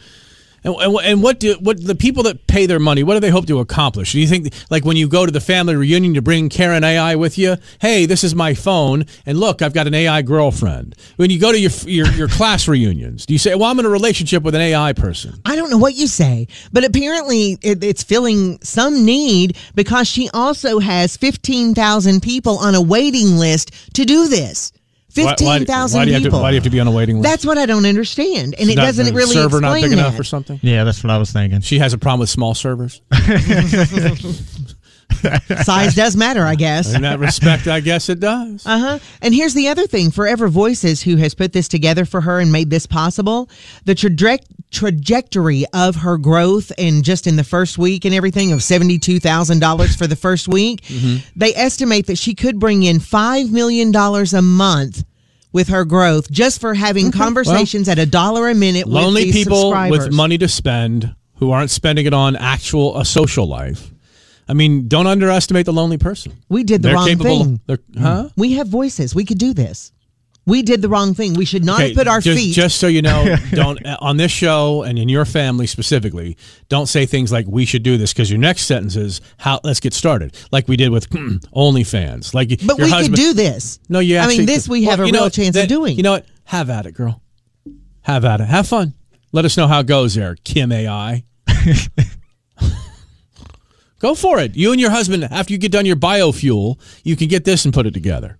S3: And, and, and what do what the people that pay their money? What do they hope to accomplish? Do you think like when you go to the family reunion, you bring Karen AI with you? Hey, this is my phone, and look, I've got an AI girlfriend. When you go to your your, your class reunions, do you say, "Well, I'm in a relationship with an AI person"?
S4: I don't know what you say, but apparently it, it's filling some need because she also has 15,000 people on a waiting list to do this.
S3: Why- why-
S4: 15,000
S3: why do you have to-
S4: people.
S3: why do you have to be on a waiting list?
S4: That's what I don't understand. And it
S3: Not-
S4: doesn't
S3: the
S4: really
S3: server
S4: explain
S3: not big
S4: that.
S3: enough or something.
S5: Yeah, that's what I was thinking.
S3: She has a problem with small servers.
S4: Size does matter, I guess.
S3: In that respect, I guess it does.
S4: Uh huh. And here's the other thing Forever Voices, who has put this together for her and made this possible, the traje- trajectory of her growth and just in the first week and everything of $72,000 for the first week,
S3: Mm-hmm.
S4: they estimate that she could bring in $5 million a month. With her growth, just for having conversations at a dollar a minute.
S3: lonely
S4: with these
S3: people with
S4: subscribers.
S3: money to spend who aren't spending it on actual a social life. I mean, don't underestimate the lonely person.
S4: We did the
S3: They're
S4: wrong
S3: capable.
S4: thing. Mm-hmm.
S3: They're, huh?
S4: We have voices. We could do this. We did the wrong thing. We should not have put our
S3: just,
S4: feet.
S3: just so you know, don't on this show and in your family specifically, don't say things like "we should do this" because your next sentence is "how let's get started," like we did with OnlyFans. Like,
S4: but
S3: your
S4: we
S3: husband,
S4: could do this.
S3: No, you.
S4: I
S3: Actually,
S4: mean, this we
S3: Well,
S4: have a
S3: you
S4: real
S3: know what?
S4: chance
S3: Then-
S4: of doing.
S3: You know what? Have at it, girl. Have at it. Have fun. Let us know how it goes there, Kim AI. Go for it. You and your husband, after you get done your biofuel, you can get this and put it together.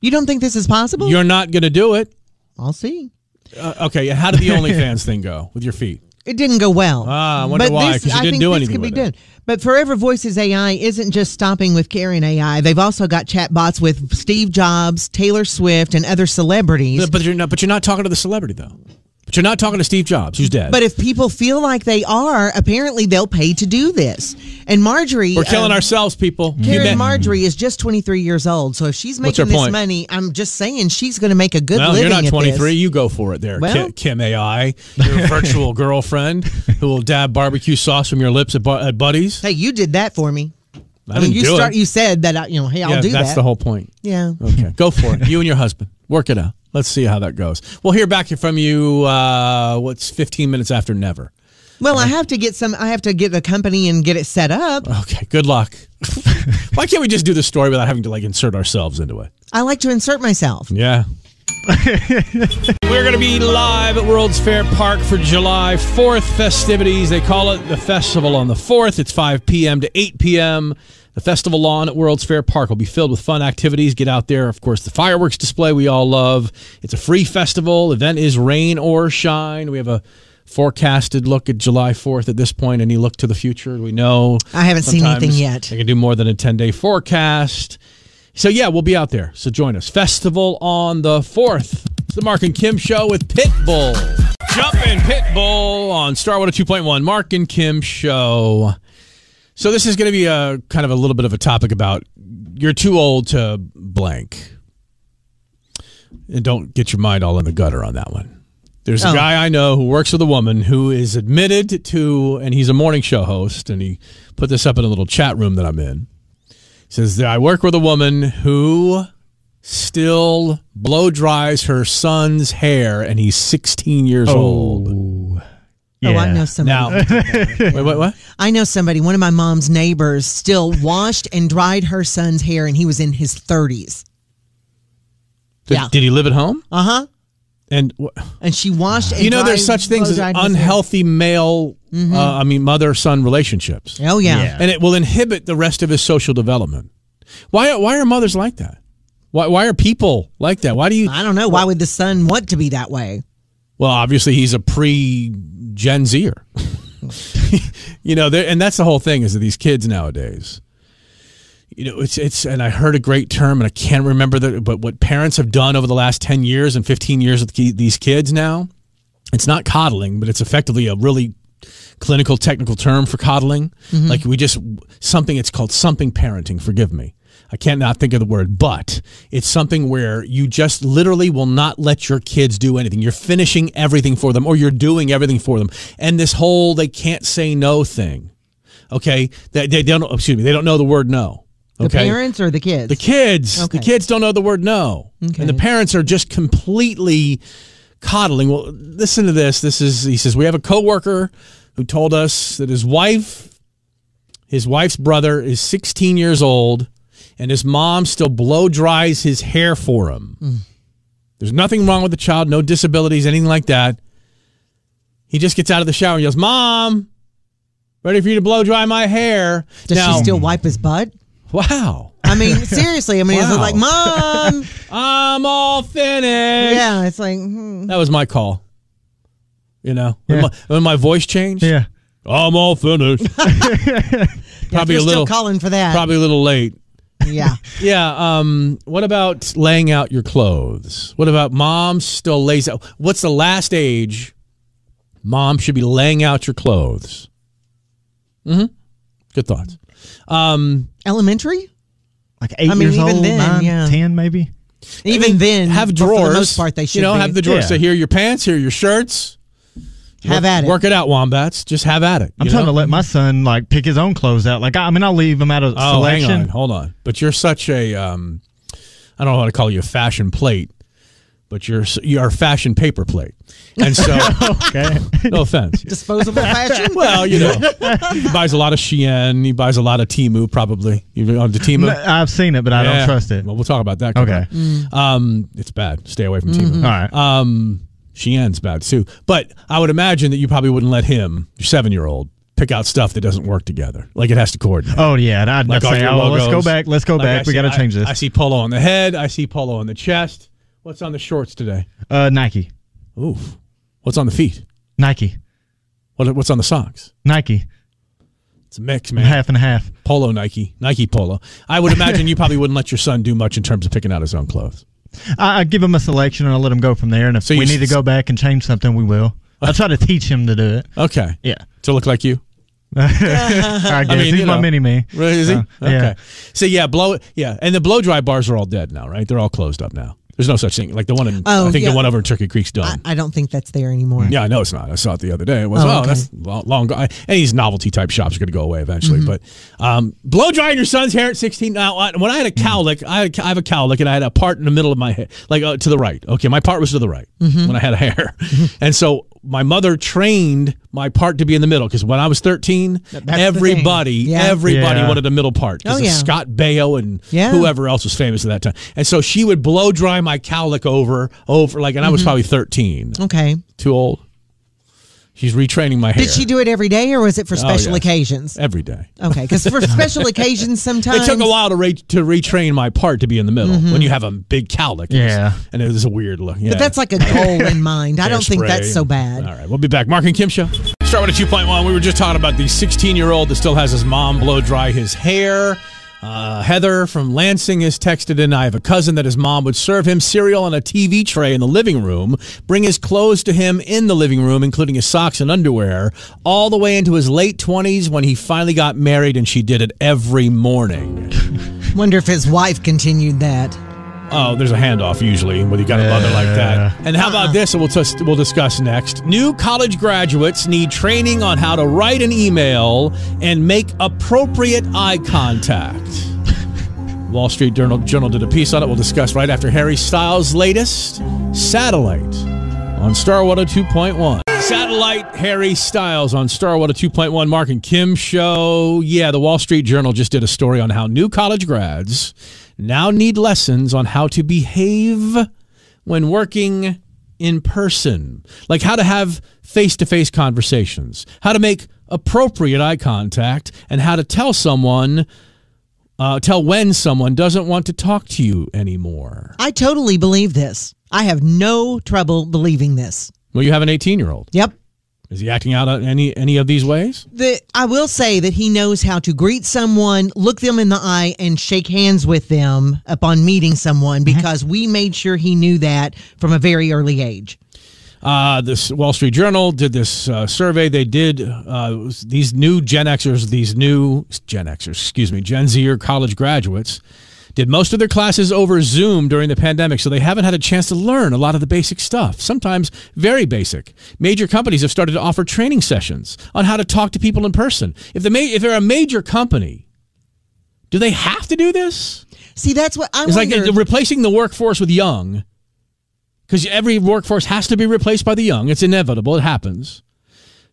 S4: You don't think this is possible?
S3: You're not going to do it.
S4: I'll see.
S3: Uh, okay, how did the OnlyFans thing go with your feet?
S4: It didn't go well.
S3: Ah, I wonder why, 'cause you didn't do anything
S4: could be
S3: with it.
S4: done. But Forever Voices AI isn't just stopping with Karen AI. They've also got chatbots with Steve Jobs, Taylor Swift, and other celebrities.
S3: But you're not. But you're not talking to the celebrity though. But you're not talking to Steve Jobs, who's dead.
S4: But if people feel like they are, apparently they'll pay to do this. And Marjorie,
S3: we're killing
S4: uh,
S3: ourselves, people.
S4: Karen
S3: Human-
S4: Marjorie is just 23 years old, so if she's
S3: What's her
S4: making this
S3: point?
S4: money, I'm just saying she's going to make a good
S3: Well,
S4: living.
S3: you're not
S4: at
S3: 23.
S4: this.
S3: You go for it there,
S4: Well-
S3: Ki- Kim AI, your virtual girlfriend who will dab barbecue sauce from your lips at, bu- at buddies.
S4: Hey, you did that for me.
S3: I didn't
S4: you
S3: do
S4: start.
S3: it.
S4: You said that. I- You know, hey, I'll
S3: yeah,
S4: do
S3: that's
S4: that.
S3: the whole point.
S4: yeah.
S3: Okay, go for it. You and your husband work it out. Let's see how that goes. We'll hear back from you. Uh, what's 15 minutes after never?
S4: Well, I have to get some. I have to get the company and get it set up.
S3: Okay, good luck. Why can't we just do the story without having to like insert ourselves into it?
S4: I like to insert myself.
S3: Yeah. We're going to be live at World's Fair Park for July 4th festivities. They call it the Festival on the 4th. It's 5 p.m. to 8 p.m. The festival lawn at World's Fair Park will be filled with fun activities. Get out there. Of course, the fireworks display we all love. It's a free festival. Event is rain or shine. We have a forecasted look at July 4th at this point. Any look to the future? We know.
S4: I haven't seen
S3: sometimes
S4: anything yet.
S3: They can do more than a 10 day forecast. So yeah, we'll be out there. So join us. Festival on the 4th. It's the Mark and Kim show with Pitbull. Jumpin' Pitbull on Star 2.1. Mark and Kim show. So this is going to be a kind of a little bit of a topic about you're too old to blank. And don't get your mind all in the gutter on that one. There's a
S4: Oh.
S3: guy I know who works with a woman who is admitted to, and he's a morning show host, and he put this up in a little chat room that I'm in says that I work with a woman who still blow dries her son's hair, and he's 16 years old.
S4: Oh, I
S5: Yeah.
S4: know somebody.
S3: Now, wait, what? What?
S4: I know somebody. One of my mom's neighbors still washed and dried her son's hair, and he was in his thirties.
S3: Did,
S4: Yeah.
S3: did he live at home?
S4: Uh huh.
S3: And wh-
S4: And she washed. And
S3: you know,
S4: dried,
S3: there's such things as
S4: blow-dried his hair.
S3: unhealthy male, uh, I mean, mother-son relationships,
S4: Oh yeah.
S5: Yeah.
S3: and it will inhibit the rest of his social development. Why? Why are mothers like that? Why, why are people like that? Why do you?
S4: I don't know. Why would the son want to be that way?
S3: Well, obviously he's a pre Gen Zer. you know, there- and that's the whole thing is that these kids nowadays, you know, it's it's and I heard a great term and I can't remember the but what parents have done over the last 10 years and 15 years with ki- these kids now, it's not coddling, but it's effectively a really clinical technical term for coddling. Like we just something it's called something parenting, forgive me. I can't not think of the word, but it's something where you just literally will not let your kids do anything. You're finishing everything for them or you're doing everything for them. And this whole they can't say no thing. Okay? They, they don't excuse me, they don't know the word no.
S4: The
S3: Okay?
S4: parents or the kids?
S3: The kids,
S4: Okay.
S3: the kids don't know the word no, and the parents are just completely coddling. Well, listen to this. This is he says we have a coworker who told us that his wife, his wife's brother is 16 years old, and his mom still blow dries his hair for him.
S4: Hmm.
S3: There's nothing wrong with the child, no disabilities, anything like that. He just gets out of the shower and yells, "Mom, ready for you to blow dry my hair."
S4: Does
S3: now,
S4: she still wipe his butt?
S3: wow.
S4: I mean, seriously. I mean, is it
S3: Wow.
S4: like, mom?
S3: I'm all finished.
S4: yeah, it's like, hmm.
S3: That was my call. You know, when,
S5: Yeah.
S3: my, when my voice changed,
S5: Yeah.
S3: I'm all finished. probably
S4: you're
S3: a
S4: still
S3: little,
S4: calling for that.
S3: probably a little late.
S4: Yeah.
S3: Yeah. Um. What about laying out your clothes? What about mom still lays out? What's the last age mom should be laying out your clothes? Hmm. Good thoughts. Um.
S4: Elementary?
S5: Like eight
S4: I mean,
S5: years
S4: even
S5: old,
S4: then,
S5: nine,
S4: yeah.
S5: ten maybe.
S4: Even then,
S3: have
S4: but
S3: drawers.
S4: For the most part, they should
S3: you know
S4: be.
S3: have the drawers.
S5: Yeah.
S3: So here are your pants. Here are your shirts.
S4: Have
S3: work,
S4: at it.
S3: Work it out, wombats. Just have at it.
S5: I'm
S3: you
S5: trying
S3: know?
S5: to let my son like pick his own clothes out. Like I, I mean, I'll leave him out of
S3: Oh,
S5: selection.
S3: hang on, hold on. But you're such a um, I don't know how to call you a fashion plate, but you're s- you're a fashion paper plate, and so
S5: Okay.
S3: no offense.
S4: Disposable fashion?
S3: Well, you know, he buys a lot of Shein. He buys a lot of Timu, probably. You on the Timu?
S5: No, I've seen it, but I
S3: Yeah.
S5: don't trust it.
S3: Well, we'll talk about that. coming
S5: Okay.
S3: up.
S4: Mm.
S3: Um, it's bad. Stay away from
S4: Mm-hmm.
S3: Timu.
S5: All right.
S3: Um, Shein's bad too. But I would imagine that you probably wouldn't let him, your seven year old, pick out stuff that doesn't work together. Like it has to coordinate.
S5: oh yeah, and I'd
S3: Like all
S5: say,
S3: your
S5: oh, let's go
S3: logos.
S5: back. Let's go
S3: Like, I
S5: back. we
S3: see-
S5: got to
S3: I-
S5: change
S3: I
S5: this.
S3: see polo on the head. I see polo on the chest. What's on the shorts today?
S5: Uh, Nike,
S3: Oof. What's on the feet?
S5: Nike,
S3: What, what's on the socks?
S5: Nike,
S3: It's a mix, man.
S5: half and half.
S3: Polo Nike, Nike polo. I would imagine you probably wouldn't let your son do much in terms of picking out his own clothes.
S5: I, I give him a selection and I let him go from there. And if
S3: So you
S5: we need to
S3: s-
S5: go back and change something, we will. I try to teach him to do it.
S3: Okay.
S5: Yeah.
S3: To look like you.
S5: I guess
S3: mean,
S5: he's
S3: you
S5: my
S3: know.
S5: mini me.
S3: Really, is he?
S5: Uh,
S3: okay.
S5: yeah.
S3: So yeah, blow yeah, and the blow dry bars are all dead now, right? They're all closed up now. There's no such thing. Like the one in
S4: Oh,
S3: I think
S4: yeah.
S3: the one over in Turkey Creek's
S4: I,
S3: done.
S4: I don't think that's there anymore.
S3: Yeah, I know it's not. I saw it the other day. It was,
S4: Oh,
S3: oh,
S4: okay.
S3: that's long, long gone. And these novelty type shops are going to go away eventually.
S4: Mm-hmm.
S3: But um, blow drying your son's hair at 16. Now, I, when I had a
S4: Mm-hmm.
S3: cowlick, I, had a, I have a cowlick and I had a part in the middle of my head, like uh, to the right. Okay, my part was to the right
S4: Mm-hmm.
S3: when I had a hair. and so my mother trained my part to be in the middle because when I was 13,
S4: the
S3: everybody,
S4: thing. Yeah.
S3: everybody
S5: Yeah.
S3: wanted a middle part. 'cause
S4: Oh,
S3: of
S4: yeah.
S3: Scott Baio and
S4: Yeah.
S3: whoever else was famous at that time. And so she would blow dry my cowlick over, over, like, and I
S4: Mm-hmm.
S3: was probably 13
S4: Okay.
S3: too old. She's retraining my hair.
S4: Did she do it every day or was it for special
S3: Oh, yeah.
S4: occasions?
S3: every day?
S4: Okay, because for special occasions, sometimes
S3: It took a while to re- to retrain my part to be in the middle when you have a big cowlick. It was-
S5: Yeah.
S3: and it was a weird look.
S4: Mm-hmm. But that's like a goal in mind. I don't think that's so bad.
S3: All right, we'll be back. Mark and Kim show. Starting with a two point one. We were just talking about the sixteen year old that still has his mom blow dry his hair. Uh, Heather from Lansing has texted in. I have a cousin that his mom would serve him cereal on a TV tray in the living room, bring his clothes to him in the living room, including his socks and underwear, all the way into his late 20s when he finally got married and she did it every morning.
S4: Wonder if his wife continued that.
S3: Oh, there's a handoff usually when you got a mother like that. And how about this? We'll just we'll discuss next. New college graduates need training on how to write an email and make appropriate eye contact. Wall Street Journal, Journal did a piece on it. We'll discuss right after Harry Styles' latest satellite on Star Water 2.1. Satellite Harry Styles on Star Water 2.1 Mark and Kim show. Yeah, the Wall Street Journal just did a story on how new college grads now need lessons on how to behave when working in person, like how to have face to face conversations, how to make appropriate eye contact, and how to tell someone uh, tell when someone doesn't want to talk to you anymore.
S4: I totally believe this. I have no trouble believing this.
S3: Well, you have an 18 year old.
S4: Yep.
S3: Is he acting out any any of these ways?
S4: The, I will say that he knows how to greet someone, look them in the eye, and shake hands with them upon meeting someone
S3: Mm-hmm.
S4: because we made sure he knew that from a very early age.
S3: Uh, this Wall Street Journal did this uh, survey. They did uh, was these new Gen Xers, these new Gen Xers, excuse me, Gen Z or college graduates, did most of their classes over Zoom during the pandemic, so they haven't had a chance to learn a lot of the basic stuff. Sometimes very basic. Major companies have started to offer training sessions on how to talk to people in person. If the ma- if they're a major company, do they have to do this?
S4: See, that's what I
S3: It's like
S4: wonder.
S3: uh, replacing the workforce with young, because every workforce has to be replaced by the young. It's inevitable. It happens.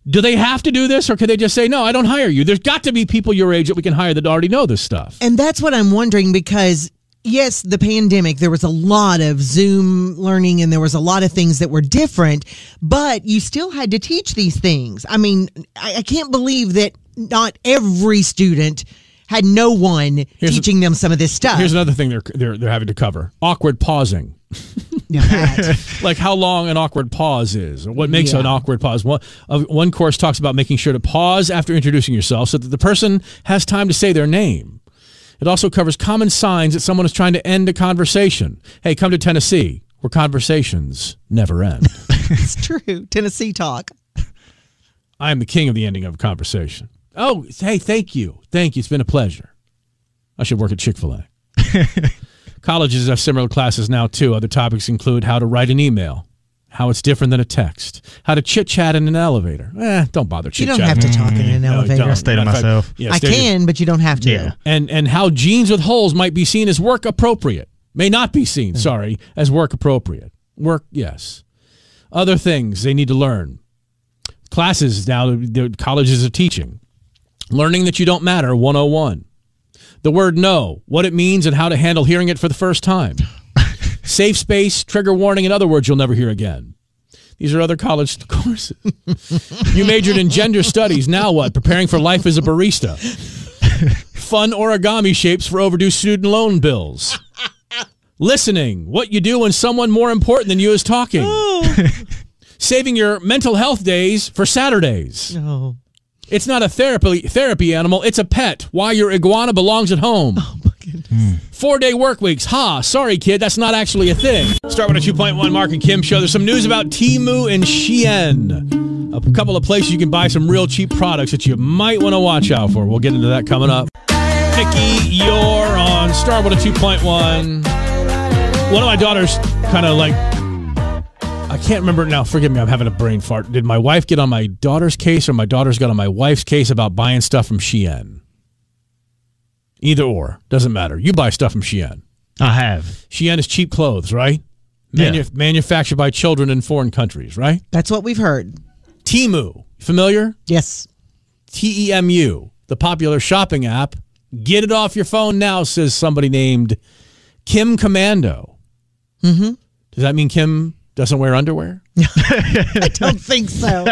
S3: Do they have to do this, or can they just say, "No, I don't hire you"? There's got to be people your age that we can hire that already know this stuff.
S4: And that's what I'm wondering because yes, the pandemic there was a lot of Zoom learning and there was a lot of things that were different, but you still had to teach these things. I mean, I, I can't believe that not every student had no one
S3: Here's a-
S4: teaching them some of this stuff.
S3: Here's another thing they're they're they're having to cover: awkward pausing.
S4: Now that-
S3: like how long an awkward pause is, or what makes an awkward pause. One, uh, one course talks about making sure to pause after introducing yourself so that the person has time to say their name. It also covers common signs that someone is trying to end a conversation. Hey, come to Tennessee, where conversations never end.
S4: it's true. Tennessee talk.
S3: I am the king of the ending of a conversation. Oh, hey, thank you. Thank you. It's been a pleasure. I should work at Chick fil A. Colleges have similar classes now, too. Other topics include how to write an email, how it's different than a text, how to chit chat in an elevator. Eh, don't bother
S4: You
S3: chit
S4: don't have
S3: chatting.
S4: to talk in an elevator.
S3: don't.
S5: Stay to
S3: Matter of fact,
S5: myself.
S3: yeah,
S4: I
S3: stay to-
S4: can, but you don't have to.
S5: Yeah.
S3: And, and how jeans with holes might be seen as work appropriate. May not be seen, sorry, as work appropriate. Work, yes. Other things they need to learn. Classes now, the colleges are teaching. Learning that you don't matter 101. The word no, what it means and how to handle hearing it for the first time. Safe space, trigger warning, and other words you'll never hear again. These are other college courses. you majored in gender studies. Now what? Preparing for life as a barista. Fun origami shapes for overdue student loan bills. Listening, what you do when someone more important than you is talking. Saving your mental health days for Saturdays.
S4: Oh.
S3: It's not a therapy therapy animal. It's a pet. Why your iguana belongs at home.
S4: oh
S3: Four day work weeks. Ha! Sorry, kid. That's not actually a thing. Start with a 2.1 Mark and Kim show. There's some news about Timu and Shein. A couple of places you can buy some real cheap products that you might want to watch out for. We'll get into that coming up. Mickey, you're on Starwood at 2.1. One of my daughters kind of like I can't remember now. Forgive me. I'm having a brain fart. Did my wife get on my daughter's case or my daughter's got on my wife's case about buying stuff from Shein? Either or. Doesn't matter. You buy stuff from Shein.
S5: I have.
S3: Shein is cheap clothes, right?
S5: Yeah.
S3: Manu- Manufactured by children in foreign countries, right?
S4: That's what we've heard.
S3: Timu. Familiar?
S4: Yes.
S3: T E M U, the popular shopping app. Get it off your phone now, says somebody named Kim Commando. Mm-hmm. Does that mean Kim doesn't wear underwear?
S4: I don't think so.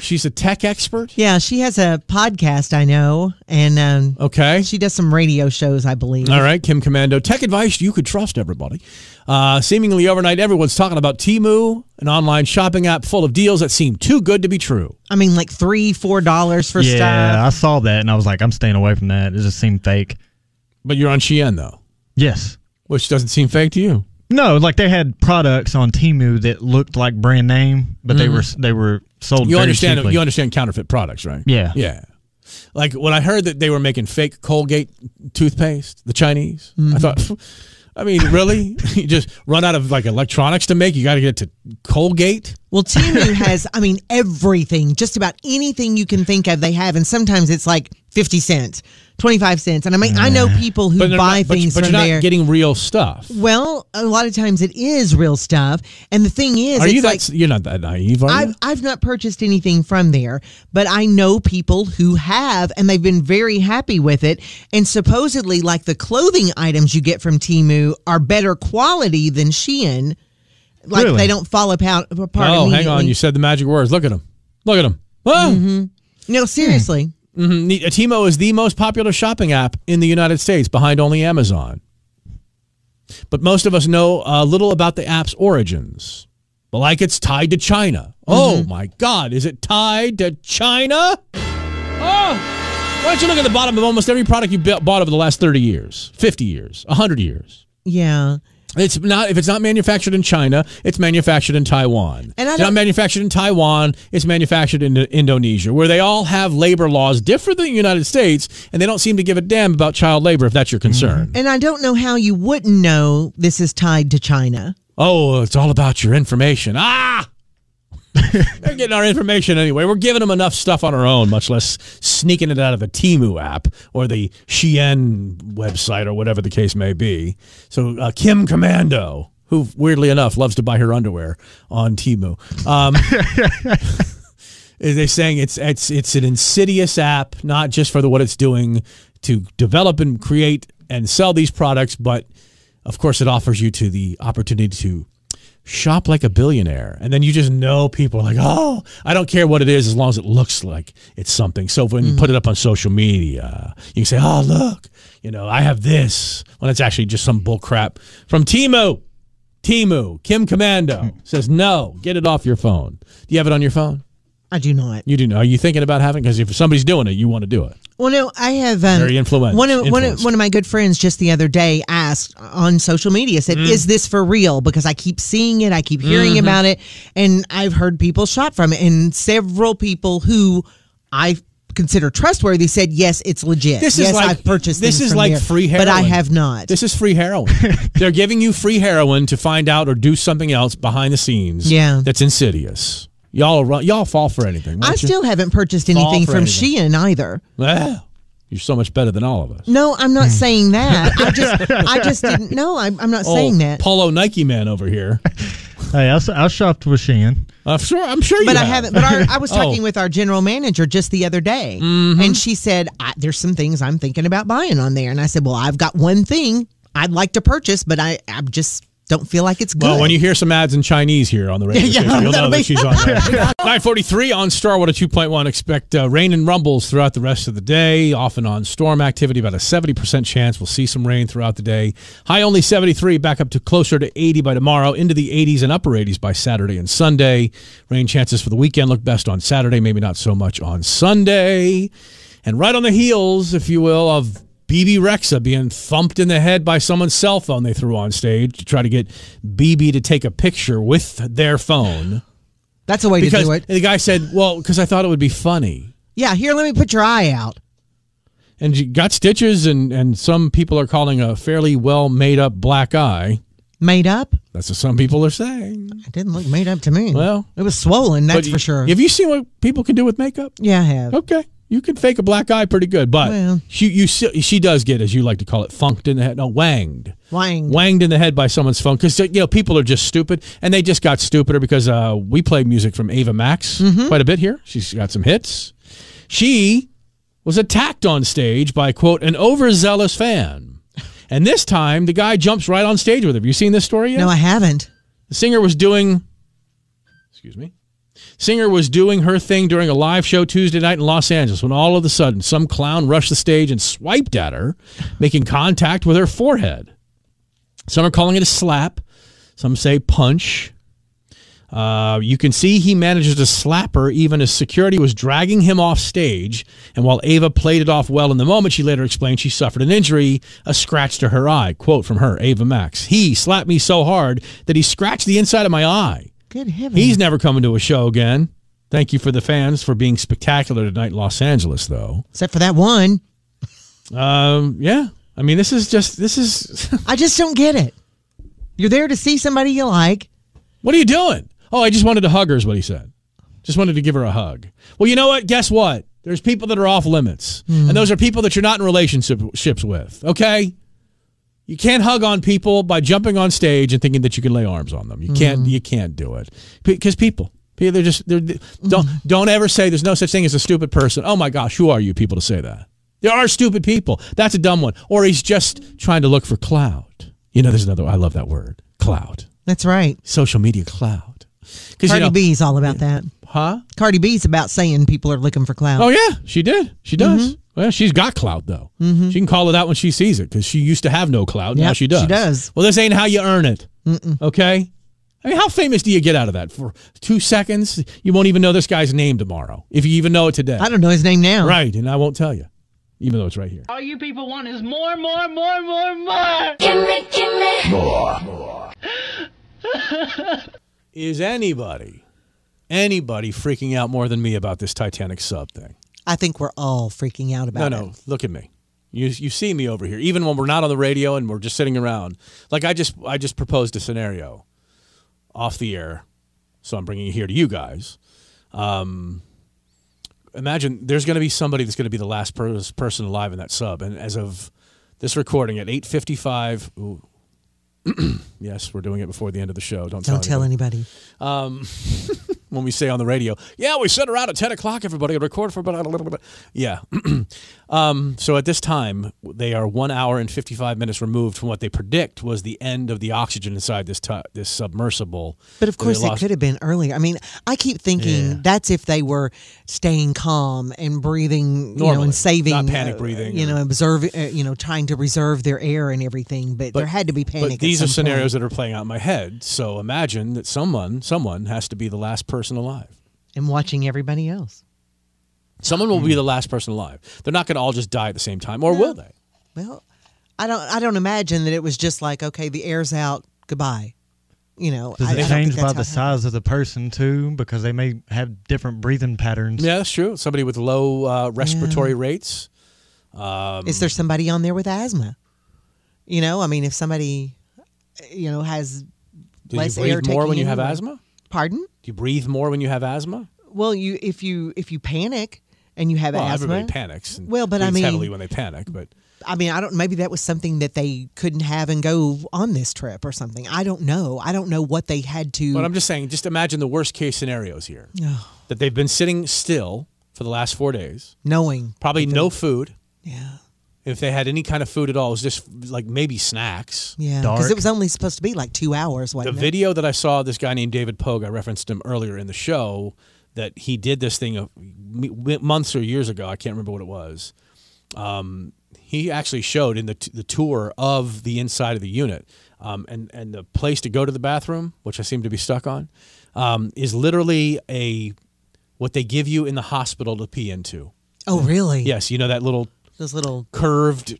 S3: She's a tech expert.
S4: yeah, she has a podcast I know and um
S3: Okay.
S4: She does some radio shows, I believe.
S3: All right, Kim Commando. Tech advice you could trust everybody. Uh, seemingly overnight, everyone's talking about Timu, an online shopping app full of deals that seem too good to be true.
S4: I mean, like three, four dollars for
S5: Yeah,
S4: stuff.
S5: I saw that and I was like, I'm staying away from that. It just seemed fake.
S3: But you're on Shein, though,
S5: Yes.
S3: which doesn't seem fake to you.
S5: No, like they had products on Timu that looked like brand name, but they were they were sold.
S3: You
S5: very
S3: understand
S5: cheaply.
S3: you understand counterfeit products, right?
S5: Yeah.
S3: Yeah. Like when I heard that they were making fake Colgate toothpaste, the Chinese,
S4: Mm-hmm.
S3: I thought I mean, really? you just run out of like electronics to make, you got to get to Colgate?
S4: Well, Timu has, I mean, everything, just about anything you can think of, they have. And sometimes it's like 50 cents, 25 cents. And I mean, I know people who
S3: they're
S4: buy
S3: not- but,
S4: things
S3: but
S4: from
S3: you're not
S4: there.
S3: getting real stuff.
S4: well, a lot of times it is real stuff. And the thing is,
S3: Are
S4: it's
S3: you that?
S4: like,
S3: s- you're not that naive, are you?
S4: I've, I've not purchased anything from there, but I know people who have, and they've been very happy with it. And supposedly, like the clothing items you get from Timu are better quality than Shein. Like
S5: Really?
S4: they don't fall apart. apart
S3: Oh, hang on.
S4: immediately.
S3: You said the magic words. Look at him. Look at him. Oh,
S4: No, seriously.
S3: Mhm. Ne- Timo is the most popular shopping app in the United States, behind only Amazon. But most of us know uh, little about the app's origins. But like it's tied to China. Oh my God, is it tied to China? Oh, why don't you look at the bottom of almost every product you bu- bought over the last 30 years, 50 years, 100 years?
S4: Yeah.
S3: It's not if it's not manufactured in China, it's manufactured in Taiwan.
S4: And I
S3: it's
S4: don't-
S3: not manufactured in Taiwan, it's manufactured in Indonesia, where they all have labor laws different than the United States, and they don't seem to give a damn about child labor if that's your concern.
S4: And I don't know how you wouldn't know this is tied to China.
S3: Oh, it's all about your information. Ah. They're getting our information anyway. We're giving them enough stuff on our own, much less sneaking it out of the Timu app or the Shein website or whatever the case may be. So, uh, Kim Commando, who weirdly enough loves to buy her underwear on Timu, um, is they saying it's it's it's an insidious app, not just for the what it's doing to develop and create and sell these products, but of course it offers you to the opportunity to shop like a billionaire and then you just know people are like oh i don't care what it is as long as it looks like it's something so when you put it up on social media you can say oh look you know i have this when it's actually just some bull crap from timu timu kim commando says no get it off your phone do you have it on your phone
S4: I do not.
S3: you do know are you thinking about having because if somebody's doing it you want to do it
S4: Well, no, I have um,
S3: Very influenced-
S4: One of, one of
S3: influenced.
S4: one of my good friends just the other day asked on social media said,
S3: Mm.
S4: "Is this for real?" Because I keep seeing it, I keep hearing
S3: Mm-hmm.
S4: about it, and I've heard people shop from it, and several people who I consider trustworthy said, "Yes, it's legit."
S3: This is
S4: yes,
S3: like-
S4: I've purchased.
S3: this
S4: things
S3: is
S4: from
S3: like
S4: there,
S3: free
S4: but I
S3: heroin.
S4: have not.
S3: This is free heroin. They're giving you free heroin to find out or do something else behind the scenes.
S4: Yeah.
S3: that's insidious. Y'all, run, y'all fall for anything.
S4: I
S3: won't you?
S4: still haven't purchased
S3: Fall
S4: anything
S3: for
S4: from
S3: anything.
S4: Shein either.
S3: Ah, you're so much better than all of us.
S4: No, I'm
S3: Hmm.
S4: not saying that. I just, I just didn't. No, I'm, I'm not
S3: Oh,
S4: saying that.
S3: Polo Nike man over here.
S5: Hey, I, s- I shopped with Shein.
S3: I'm sure. I'm sure you.
S4: But I
S3: have.
S4: haven't. But our, I was
S3: Oh. Mm-hmm.
S4: talking with our general manager just the other day, and she said, I, "There's some things I'm thinking about buying on there." And I said, "Well, I've got one thing I'd like to purchase, but I, I just don't feel like it's good."
S3: Well, when you hear some ads in Chinese here on the radio
S4: Yeah,
S3: station, you'll know
S4: that'll
S3: that
S4: be-
S3: she's on there. 943 on Starwater 2.1. Expect uh, rain and rumbles throughout the rest of the day, often on storm activity. About a 70% chance we'll see some rain throughout the day. High only 73, back up to closer to 80 by tomorrow, into the 80s and upper 80s by Saturday and Sunday. Rain chances for the weekend look best on Saturday, maybe not so much on Sunday. And right on the heels, if you will, of BB Rexa being thumped in the head by someone's cell phone they threw on stage to try to get BB to take a picture with their phone.
S4: That's a way to
S3: Because
S4: do it.
S3: the guy said, Well, because I thought it would be funny.
S4: Yeah, here, let me put your eye out.
S3: And you got stitches, and, and some people are calling a fairly well made up black eye.
S4: Made up?
S3: That's what some people are saying.
S4: It didn't look made up to me.
S3: Well,
S4: it was swollen.
S3: But
S4: That's for sure.
S3: Have you seen what people can do with makeup?
S4: yeah, I have.
S3: Okay. You can fake a black eye pretty good, but
S4: Well.
S3: she you si- she does get as you like to call it funked in the head, no wanged,
S4: Wanged.
S3: wanged in the head by someone's phone because you know people are just stupid and they just got stupider because uh, we play music from Ava Max quite a bit here. She's got some hits. She was attacked on stage by quote an overzealous fan, and this time the guy jumps right on stage with her. Have you seen this story yet?
S4: No, I haven't.
S3: The singer was doing, excuse me, singer was doing her thing during a live show Tuesday night in Los Angeles when all of a sudden some clown rushed the stage and swiped at her, making contact with her forehead. Some are calling it a slap, some say punch. Uh, you can see he manages to slap her even as security was dragging him off stage. And while Ava played it off well in the moment, she later explained she suffered an injury, a scratch to her eye. Quote from her, Ava Max. He slapped me so hard that he scratched the inside of my eye.
S4: Good heavens.
S3: He's never coming to a show again. Thank you for the fans for being spectacular tonight in Los Angeles, though.
S4: Except for that one.
S3: Um, yeah. I mean, this is just, this is,
S4: I just don't get it. You're there to see somebody you like.
S3: what are you doing? Oh, I just wanted to hug her, is what he said. Just wanted to give her a hug. Well, you know what? Guess what? There's people that are off limits, and those are people that you're not in relationships with, okay? You can't hug on people by jumping on stage and thinking that you can lay arms on them. You can't. You can't do it because people. People, they're just they're, they- don't don't ever say there's no such thing as a stupid person. Oh my gosh, who are you people to say that? There are stupid people. That's a dumb one. Or he's just trying to look for clout. You know, there's another. I love that word, clout.
S4: That's right.
S3: Social media clout. Because you
S4: Cardi
S3: know,
S4: B's all about that.
S3: huh?
S4: Cardi B's about saying people are looking for clout.
S3: Oh yeah, she did. She does. Well, she's got clout though. She can call it out when she sees it because she used to have no clout. now Mm-hmm.
S4: Yep,
S3: she does.
S4: she does.
S3: Well, this ain't how you earn it. Okay. I mean, how famous do you get out of that? For two seconds, you won't even know this guy's name tomorrow, if you even know it today.
S4: I don't know his name now.
S3: Right, and I won't tell you, even though it's right here.
S8: All you people want is more, more, more, more, more.
S3: Is anybody, anybody freaking out more than me about this Titanic sub thing?
S4: I think we're all freaking out
S3: No,
S4: about it.
S3: no. Look at me. You you see me over here, even when we're not on the radio and we're just sitting around. Like I just I just proposed a scenario off the air, so I'm bringing it here to you guys. Um, imagine there's going to be somebody that's going to be the last pers- person alive in that sub, and as of this recording at 8:55. ooh, Yes, we're doing it before the end of the show. Don't,
S4: Don't tell
S3: anybody.
S4: anybody.
S3: When we say on the radio, yeah, we sit around at 10 o'clock, everybody, and record for about a little bit. Yeah. Um, So at this time, they are one hour and 55 minutes removed from what they predict was the end of the oxygen inside this tu this submersible.
S4: But of
S3: They
S4: course, it
S3: lost-
S4: could have been earlier. I mean, I keep thinking that's if they were staying calm and breathing, you know,
S3: Normally,
S4: and saving,
S3: not panic
S4: uh,
S3: breathing
S4: you
S3: or-
S4: know, observing, uh, you know, trying to reserve their air and everything. But, there had to be panic.
S3: But
S4: at
S3: these
S4: some
S3: are
S4: point.
S3: scenarios that are playing out in my head. So imagine that someone, someone has to be the last person alive.
S4: and watching everybody else.
S3: Someone
S4: Hmm.
S3: will be the last person alive. They're not going to all just die at the same time, or will they?
S4: Well, I don't. I don't imagine that it was just like, okay, the air's out. Goodbye. You know, I-
S5: Does
S4: I
S5: it
S4: don't
S5: change
S4: think that's
S5: by
S4: how
S5: the
S4: it happened.
S5: size of the person too? Because they may have different breathing patterns.
S3: Yeah, that's true. Somebody with low uh, respiratory rates.
S4: Is there somebody on there with asthma? You know, I mean, if somebody, you know, has
S3: Do
S4: less
S3: you
S4: air
S3: breathe more
S4: taking
S3: when you
S4: in
S3: have
S4: or-
S3: asthma?
S4: Pardon?
S3: Do you breathe more when you have asthma?
S4: Well, you if you if you panic and you have
S3: Well,
S4: asthma,
S3: everybody panics. And
S4: Well, but I
S3: breathes
S4: mean-
S3: heavily when they panic, but.
S4: I mean, I don't. Maybe that was something that they couldn't have and go on this trip or something. I don't know. I don't know what they had to.
S3: But I'm just saying, just imagine the worst case scenarios here.
S4: Oh.
S3: That they've been sitting still for the last four days,
S4: knowing.
S3: probably no food.
S4: Yeah,
S3: If they had any kind of food at all, it was just like maybe snacks.
S4: yeah. Because
S5: Dark.
S4: it was only supposed to be like two hours.
S3: The
S4: Wasn't it?
S3: video that I saw, of this guy named David Pogue, I referenced him earlier in the show, that he did this thing of m- months or years ago. I can't remember what it was. Um, he actually showed in the, t- the tour of the inside of the unit. Um, and, and the place to go to the bathroom, which I seem to be stuck on, um, is literally a what they give you in the hospital to pee into.
S4: Oh, really?
S3: Yes, you know that little
S4: Those little.
S3: curved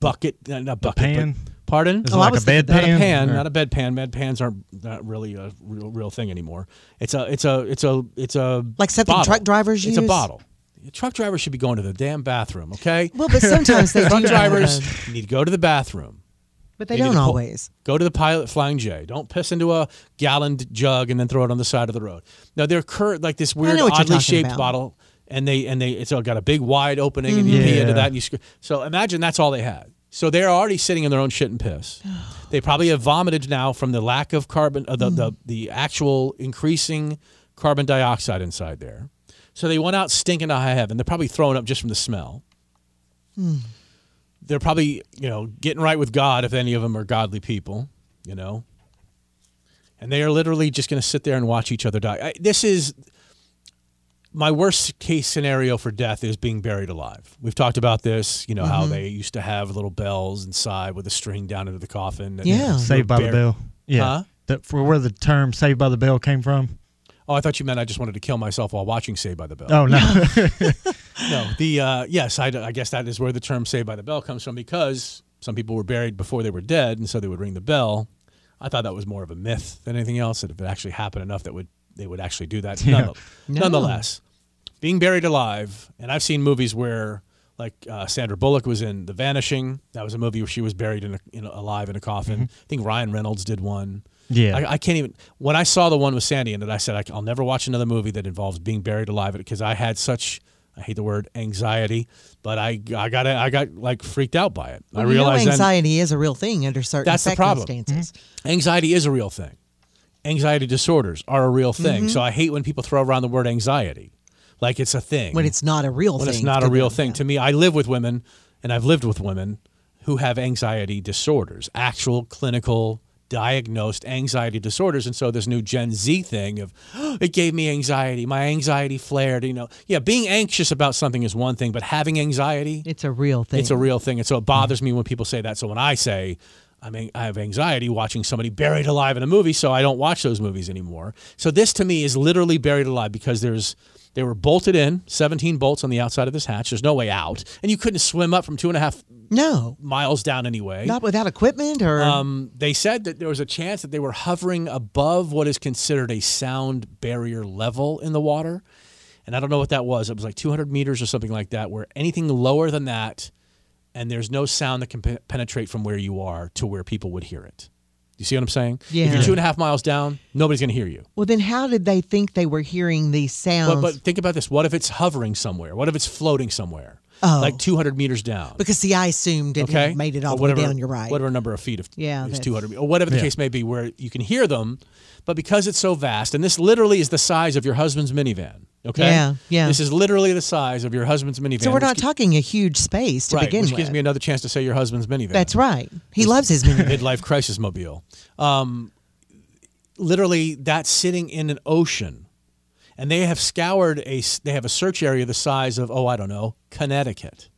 S3: bucket, uh, not bucket, but-
S5: pan?
S3: pardon?
S5: Is
S4: Oh,
S5: it
S4: I
S5: like a
S4: was thinking
S5: bed
S3: not
S5: pan?
S3: a pan,
S5: or-
S3: not a bedpan. Med pans aren't not really a real, real thing anymore. It's a it's a it's a it's a
S4: Like something
S3: bottle.
S4: truck drivers
S3: It's a
S4: use?
S3: bottle. Your truck drivers should be going to the damn bathroom. Okay,
S4: Well, but sometimes they do.
S3: truck
S4: have
S3: drivers
S4: them,
S3: need to go to the bathroom.
S4: but they
S3: need
S4: don't
S3: to pull-
S4: always.
S3: Go to the pilot flying J. Don't piss into a gallon d- jug and then throw it on the side of the road. No, they're cur- like this weird,
S4: know what you're
S3: oddly
S4: talking
S3: shaped
S4: about.
S3: bottle, and they and they it's all got a big wide opening, and you pee into
S5: Yeah.
S3: that, and you sc- so imagine that's all they had. So they're already sitting in their own shit and piss. They probably have vomited now from the lack of carbon, uh, the, the the actual increasing carbon dioxide inside there. So they went out stinking to high heaven. They're probably throwing up just from the smell they're probably you know getting right with God if any of them are godly people, you know. And they are literally just going to sit there and watch each other die. I, this is my worst case scenario for death is being buried alive. We've talked about this, you know, how they used to have little bells inside with a string down into the coffin. that-
S4: Yeah.
S5: Saved by the
S3: Bear-
S5: Bell. Yeah.
S3: Huh?
S5: That for where the term "Saved by the Bell" came from.
S3: Oh, I thought you meant I just wanted to kill myself while watching Saved by the Bell.
S5: Oh no,
S3: No, the uh, yes, I, I guess that is where the term "saved by the bell" comes from because some people were buried before they were dead, and so they would ring the bell. I thought that was more of a myth than anything else. That if it actually happened enough, that would they would actually do that.
S5: Yeah.
S3: None- Nonetheless, being buried alive, and I've seen movies where, like uh, Sandra Bullock was in *The Vanishing*. That was a movie where she was buried in, a, in a, alive in a coffin. I think Ryan Reynolds did one.
S5: Yeah.
S3: I, I can't even. When I saw the one with Sandy in it, I said I, will never watch another movie that involves being buried alive because I had such. I hate the word anxiety, but I I got I got like freaked out by it. I
S4: Well, you know
S3: realized then-
S4: anxiety is a real thing under certain
S3: That's the problem. Mm-hmm.
S4: circumstances.
S3: anxiety is a real thing. Anxiety disorders are a real thing. So I hate when people throw around the word anxiety, like it's a thing.
S4: When it's not a real
S3: when
S4: thing.
S3: it's not a
S4: to
S3: real
S4: them.
S3: thing. To me, I live with women, and I've lived with women who have anxiety disorders, actual clinical diagnosed anxiety disorders. And so this new Gen Z thing of it gave me anxiety, my anxiety flared. You know, yeah, being anxious about something is one thing, but having anxiety,
S4: It's a real thing. Mm.
S3: it's a real thing. And so it bothers me when people say that. So when I say, I mean, I have anxiety watching somebody buried alive in a movie, so I don't watch those movies anymore. So this to me is literally buried alive because there's they were bolted in, 17 bolts on the outside of this hatch. There's no way out. And you couldn't swim up from two and a half
S4: no,
S3: miles down anyway.
S4: not without equipment or
S3: Um, they said that there was a chance that they were hovering above what is considered a sound barrier level in the water. And I don't know what that was. It was like 200 meters or something like that, where anything lower than that, and there's no sound that can pe- penetrate from where you are to where people would hear it. You see what I'm saying? If
S4: Yeah.
S3: you're two and a half miles down, nobody's going to hear you.
S4: Well, then how did they think they were hearing these sounds?
S3: But, but think about this. What if it's hovering somewhere? What if it's floating somewhere?
S4: Oh.
S3: Like 200 meters down.
S4: because see, I assumed it
S3: okay,
S4: had made it all
S3: Or
S4: the
S3: whatever,
S4: way down. You're right.
S3: Whatever number of feet of
S4: Yeah,
S3: is
S4: that's-
S3: two hundred or whatever the
S5: Yeah.
S3: case may be, where you can hear them, but because it's so vast, and this literally is the size of your husband's minivan. Okay,
S4: Yeah, yeah.
S3: This is literally the size of your husband's minivan.
S4: so we're
S3: which
S4: not
S3: gi-
S4: talking a huge space to
S3: right,
S4: begin
S3: which
S4: with.
S3: gives me another chance to say your husband's minivan.
S4: That's right. He loves his minivan.
S3: Midlife crisis mobile. Um, literally, that's sitting in an ocean, and they have scoured a. s- They have a search area the size of oh I don't know Connecticut.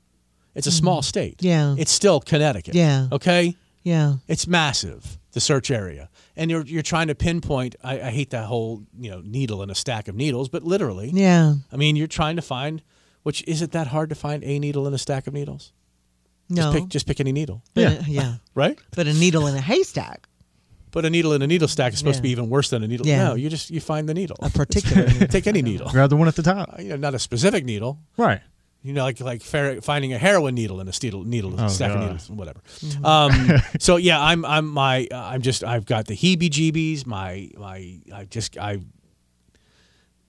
S3: It's a small state.
S4: Mm-hmm. Yeah.
S3: It's still Connecticut.
S4: Yeah.
S3: Okay.
S4: yeah.
S3: It's massive, the search area. And you're, you're trying to pinpoint, I, I hate that whole, you know, needle in a stack of needles, but literally.
S4: Yeah.
S3: I mean, you're trying to find, which is it that hard to find a needle in a stack of needles?
S4: No.
S3: Just, pick, just pick any needle,
S4: but yeah. A, yeah.
S3: right?
S4: But a needle in a haystack,
S3: But a needle in a needle stack is supposed
S4: Yeah.
S3: to be even worse than a needle.
S4: Yeah.
S3: No, you just, you find the needle.
S4: a particular needle.
S3: Take any needle.
S5: Grab the one at the top.
S3: You know, not a specific needle.
S5: Right.
S3: You know, like like fer- finding a heroin needle in a steel needle
S5: Oh,
S3: stack of
S5: God. Mm-hmm.
S3: needles, whatever. Um, so yeah, I'm I'm my uh, I'm just I've got the heebie-jeebies. My my I just I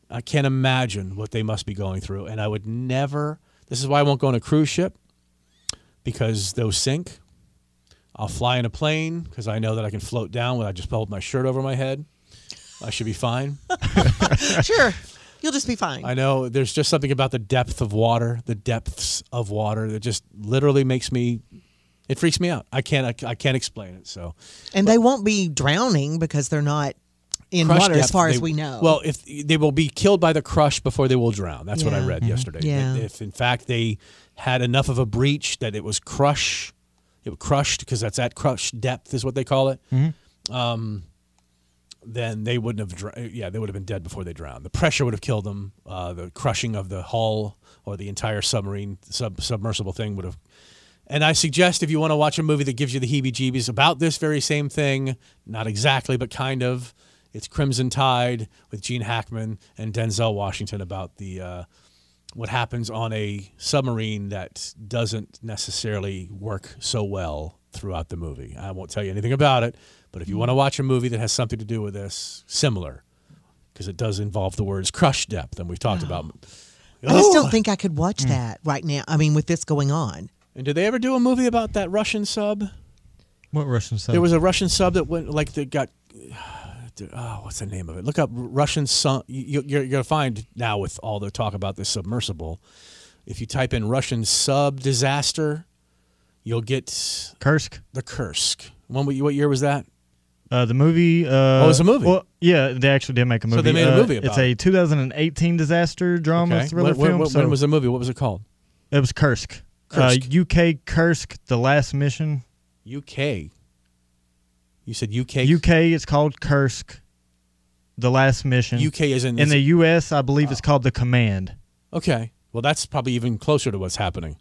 S3: I can't imagine what they must be going through, and I would never. This is why I won't go on a cruise ship because they'll sink. I'll fly in a plane because I know that I can float down when I just hold my shirt over my head. I should be fine.
S4: sure. You'll just be fine.
S3: I know there's just something about the depth of water, the depths of water that just literally makes me. It freaks me out. I can't. I, I can't explain it. So
S4: and they won't be drowning because they're not in
S3: crush
S4: water as
S3: depth,
S4: far
S3: they-
S4: as we know.
S3: Well, if they will be killed by the crush before they will drown. That's what I
S4: Yeah. Mm-hmm.
S3: read yesterday.
S4: Yeah.
S3: If, if, in fact they had enough of a breach that it was crush, it was crushed because that's at crush depth is what they call it. Um, then they wouldn't have. Dr- yeah, they would have been dead before they drowned. The pressure would have killed them. Uh, the crushing of the hull or the entire submarine sub submersible thing would have and I suggest if you want to watch a movie that gives you the heebie jeebies about this very same thing, not exactly, but kind of, it's Crimson Tide with Gene Hackman and Denzel Washington about the. Uh, what happens on a submarine that doesn't necessarily work so well throughout the movie. I won't tell you anything about it, but if you want to watch a movie that has something to do with this, similar, because it does involve the words crush depth, and we've talked about.
S4: I just
S3: Oh!
S4: don't think I could watch that right now. I mean, with this going on.
S3: And did they ever do a movie about that Russian sub?
S5: What Russian sub?
S3: There was a Russian sub that went like that got. Oh, what's the name of it? Look up Russian sub. You, you're, you're gonna find now with all the talk about this submersible. If you type in Russian sub disaster, you'll get
S5: Kursk.
S3: the Kursk. When were you- what year was that?
S5: Uh, the movie. Uh, oh,
S3: it's a movie.
S5: Well, yeah, they actually did make a movie.
S3: they made a
S5: Uh,
S3: movie about
S5: It's a 2018 disaster drama thriller
S3: When, when-
S5: film.
S3: when-
S5: so
S3: when was the movie? What was it called?
S5: it was Kursk.
S3: Kursk.
S5: Uh, UK Kursk, The Last Mission.
S3: UK. You said UK.
S5: UK, it's called Kursk, The Last Mission.
S3: UK is in.
S5: In the US, I believe it's called The Command.
S3: okay. Well, that's probably even closer to what's happening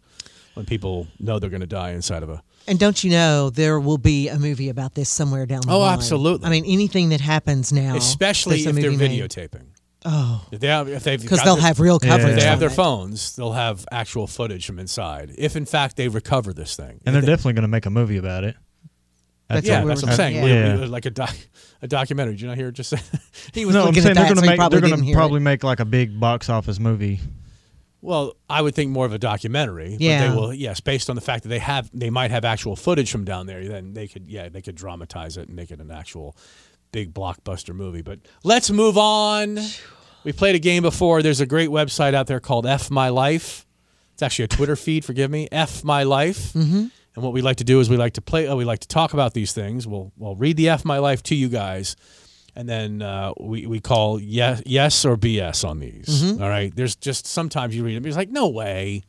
S3: when people know they're going to die inside of a.
S4: And don't you know there will be a movie about this somewhere down the
S3: Oh,
S4: line?
S3: absolutely.
S4: I mean, anything that happens now,
S3: especially
S4: there's a
S3: if they're
S4: movie made.
S3: videotaping. Oh, if they have, if they've
S4: because
S3: got
S4: they'll
S3: their-
S4: have real
S5: Yeah.
S4: coverage.
S3: If they have
S4: on
S3: their
S4: it.
S3: phones, they'll have actual footage from inside. If in fact they recover this thing,
S5: And they're definitely going to make a movie about it.
S4: That's
S3: yeah,
S4: what we
S3: that's
S4: were
S3: what I'm saying.
S4: talking-
S3: We-
S5: yeah.
S3: we- like a doc, a documentary. Did you not hear it? Just
S4: He was
S5: No, I'm
S4: looking
S5: saying
S4: at that,
S5: they're going
S4: so
S5: to
S4: he
S5: make
S4: probably
S5: they're going
S4: didn't
S5: to
S4: hear it.
S5: probably make like a big box office movie.
S3: well, I would think more of a documentary. but
S4: Yeah.
S3: they will. Yes, based on the fact that they have, they might have actual footage from down there. Then they could, yeah, they could dramatize it and make it an actual big blockbuster movie. But let's move on. We played a game before. There's a great website out there called F My Life. It's actually a Twitter feed, forgive me. F My Life. Mm-hmm. And what we like to do is we like to play. Uh, we like to talk about these things. We'll we'll read the F my life to you guys, and then uh, we we call yes yes or BS on these. All right. There's just sometimes you read them. It's like no way.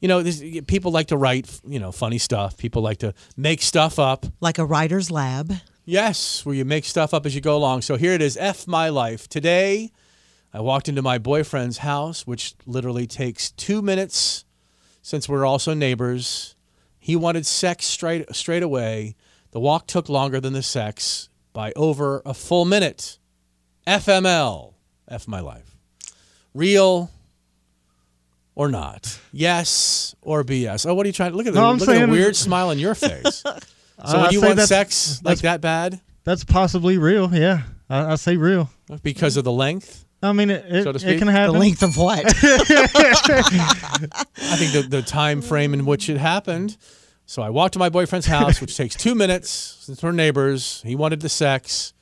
S3: You know, this, people like to write, you know, funny stuff. People like to make stuff up.
S4: like a writer's lab.
S3: Yes, where you make stuff up as you go along. So here it is F my life. Today, I walked into my boyfriend's house, which literally takes two minutes since we're also neighbors. He wanted sex straight, straight away. The walk took longer than the sex by over a full minute. FML. F my life. Real or not. Yes or BS. Oh, what are you trying to look at? The,
S5: No, I'm
S3: look at
S5: saying-
S3: the weird smile on your face. So
S5: I
S3: when you
S5: say
S3: want
S5: that's-
S3: sex like that bad?
S5: That's possibly real. Yeah, I, I say real.
S3: because of the length.
S5: I mean, it, it,
S3: So to
S5: it
S3: speak,
S5: can
S3: the
S5: happen.
S4: The length of what?
S3: I think the, the time frame in which it happened. So I walked to my boyfriend's house, which takes two minutes since we're neighbors. He wanted the sex.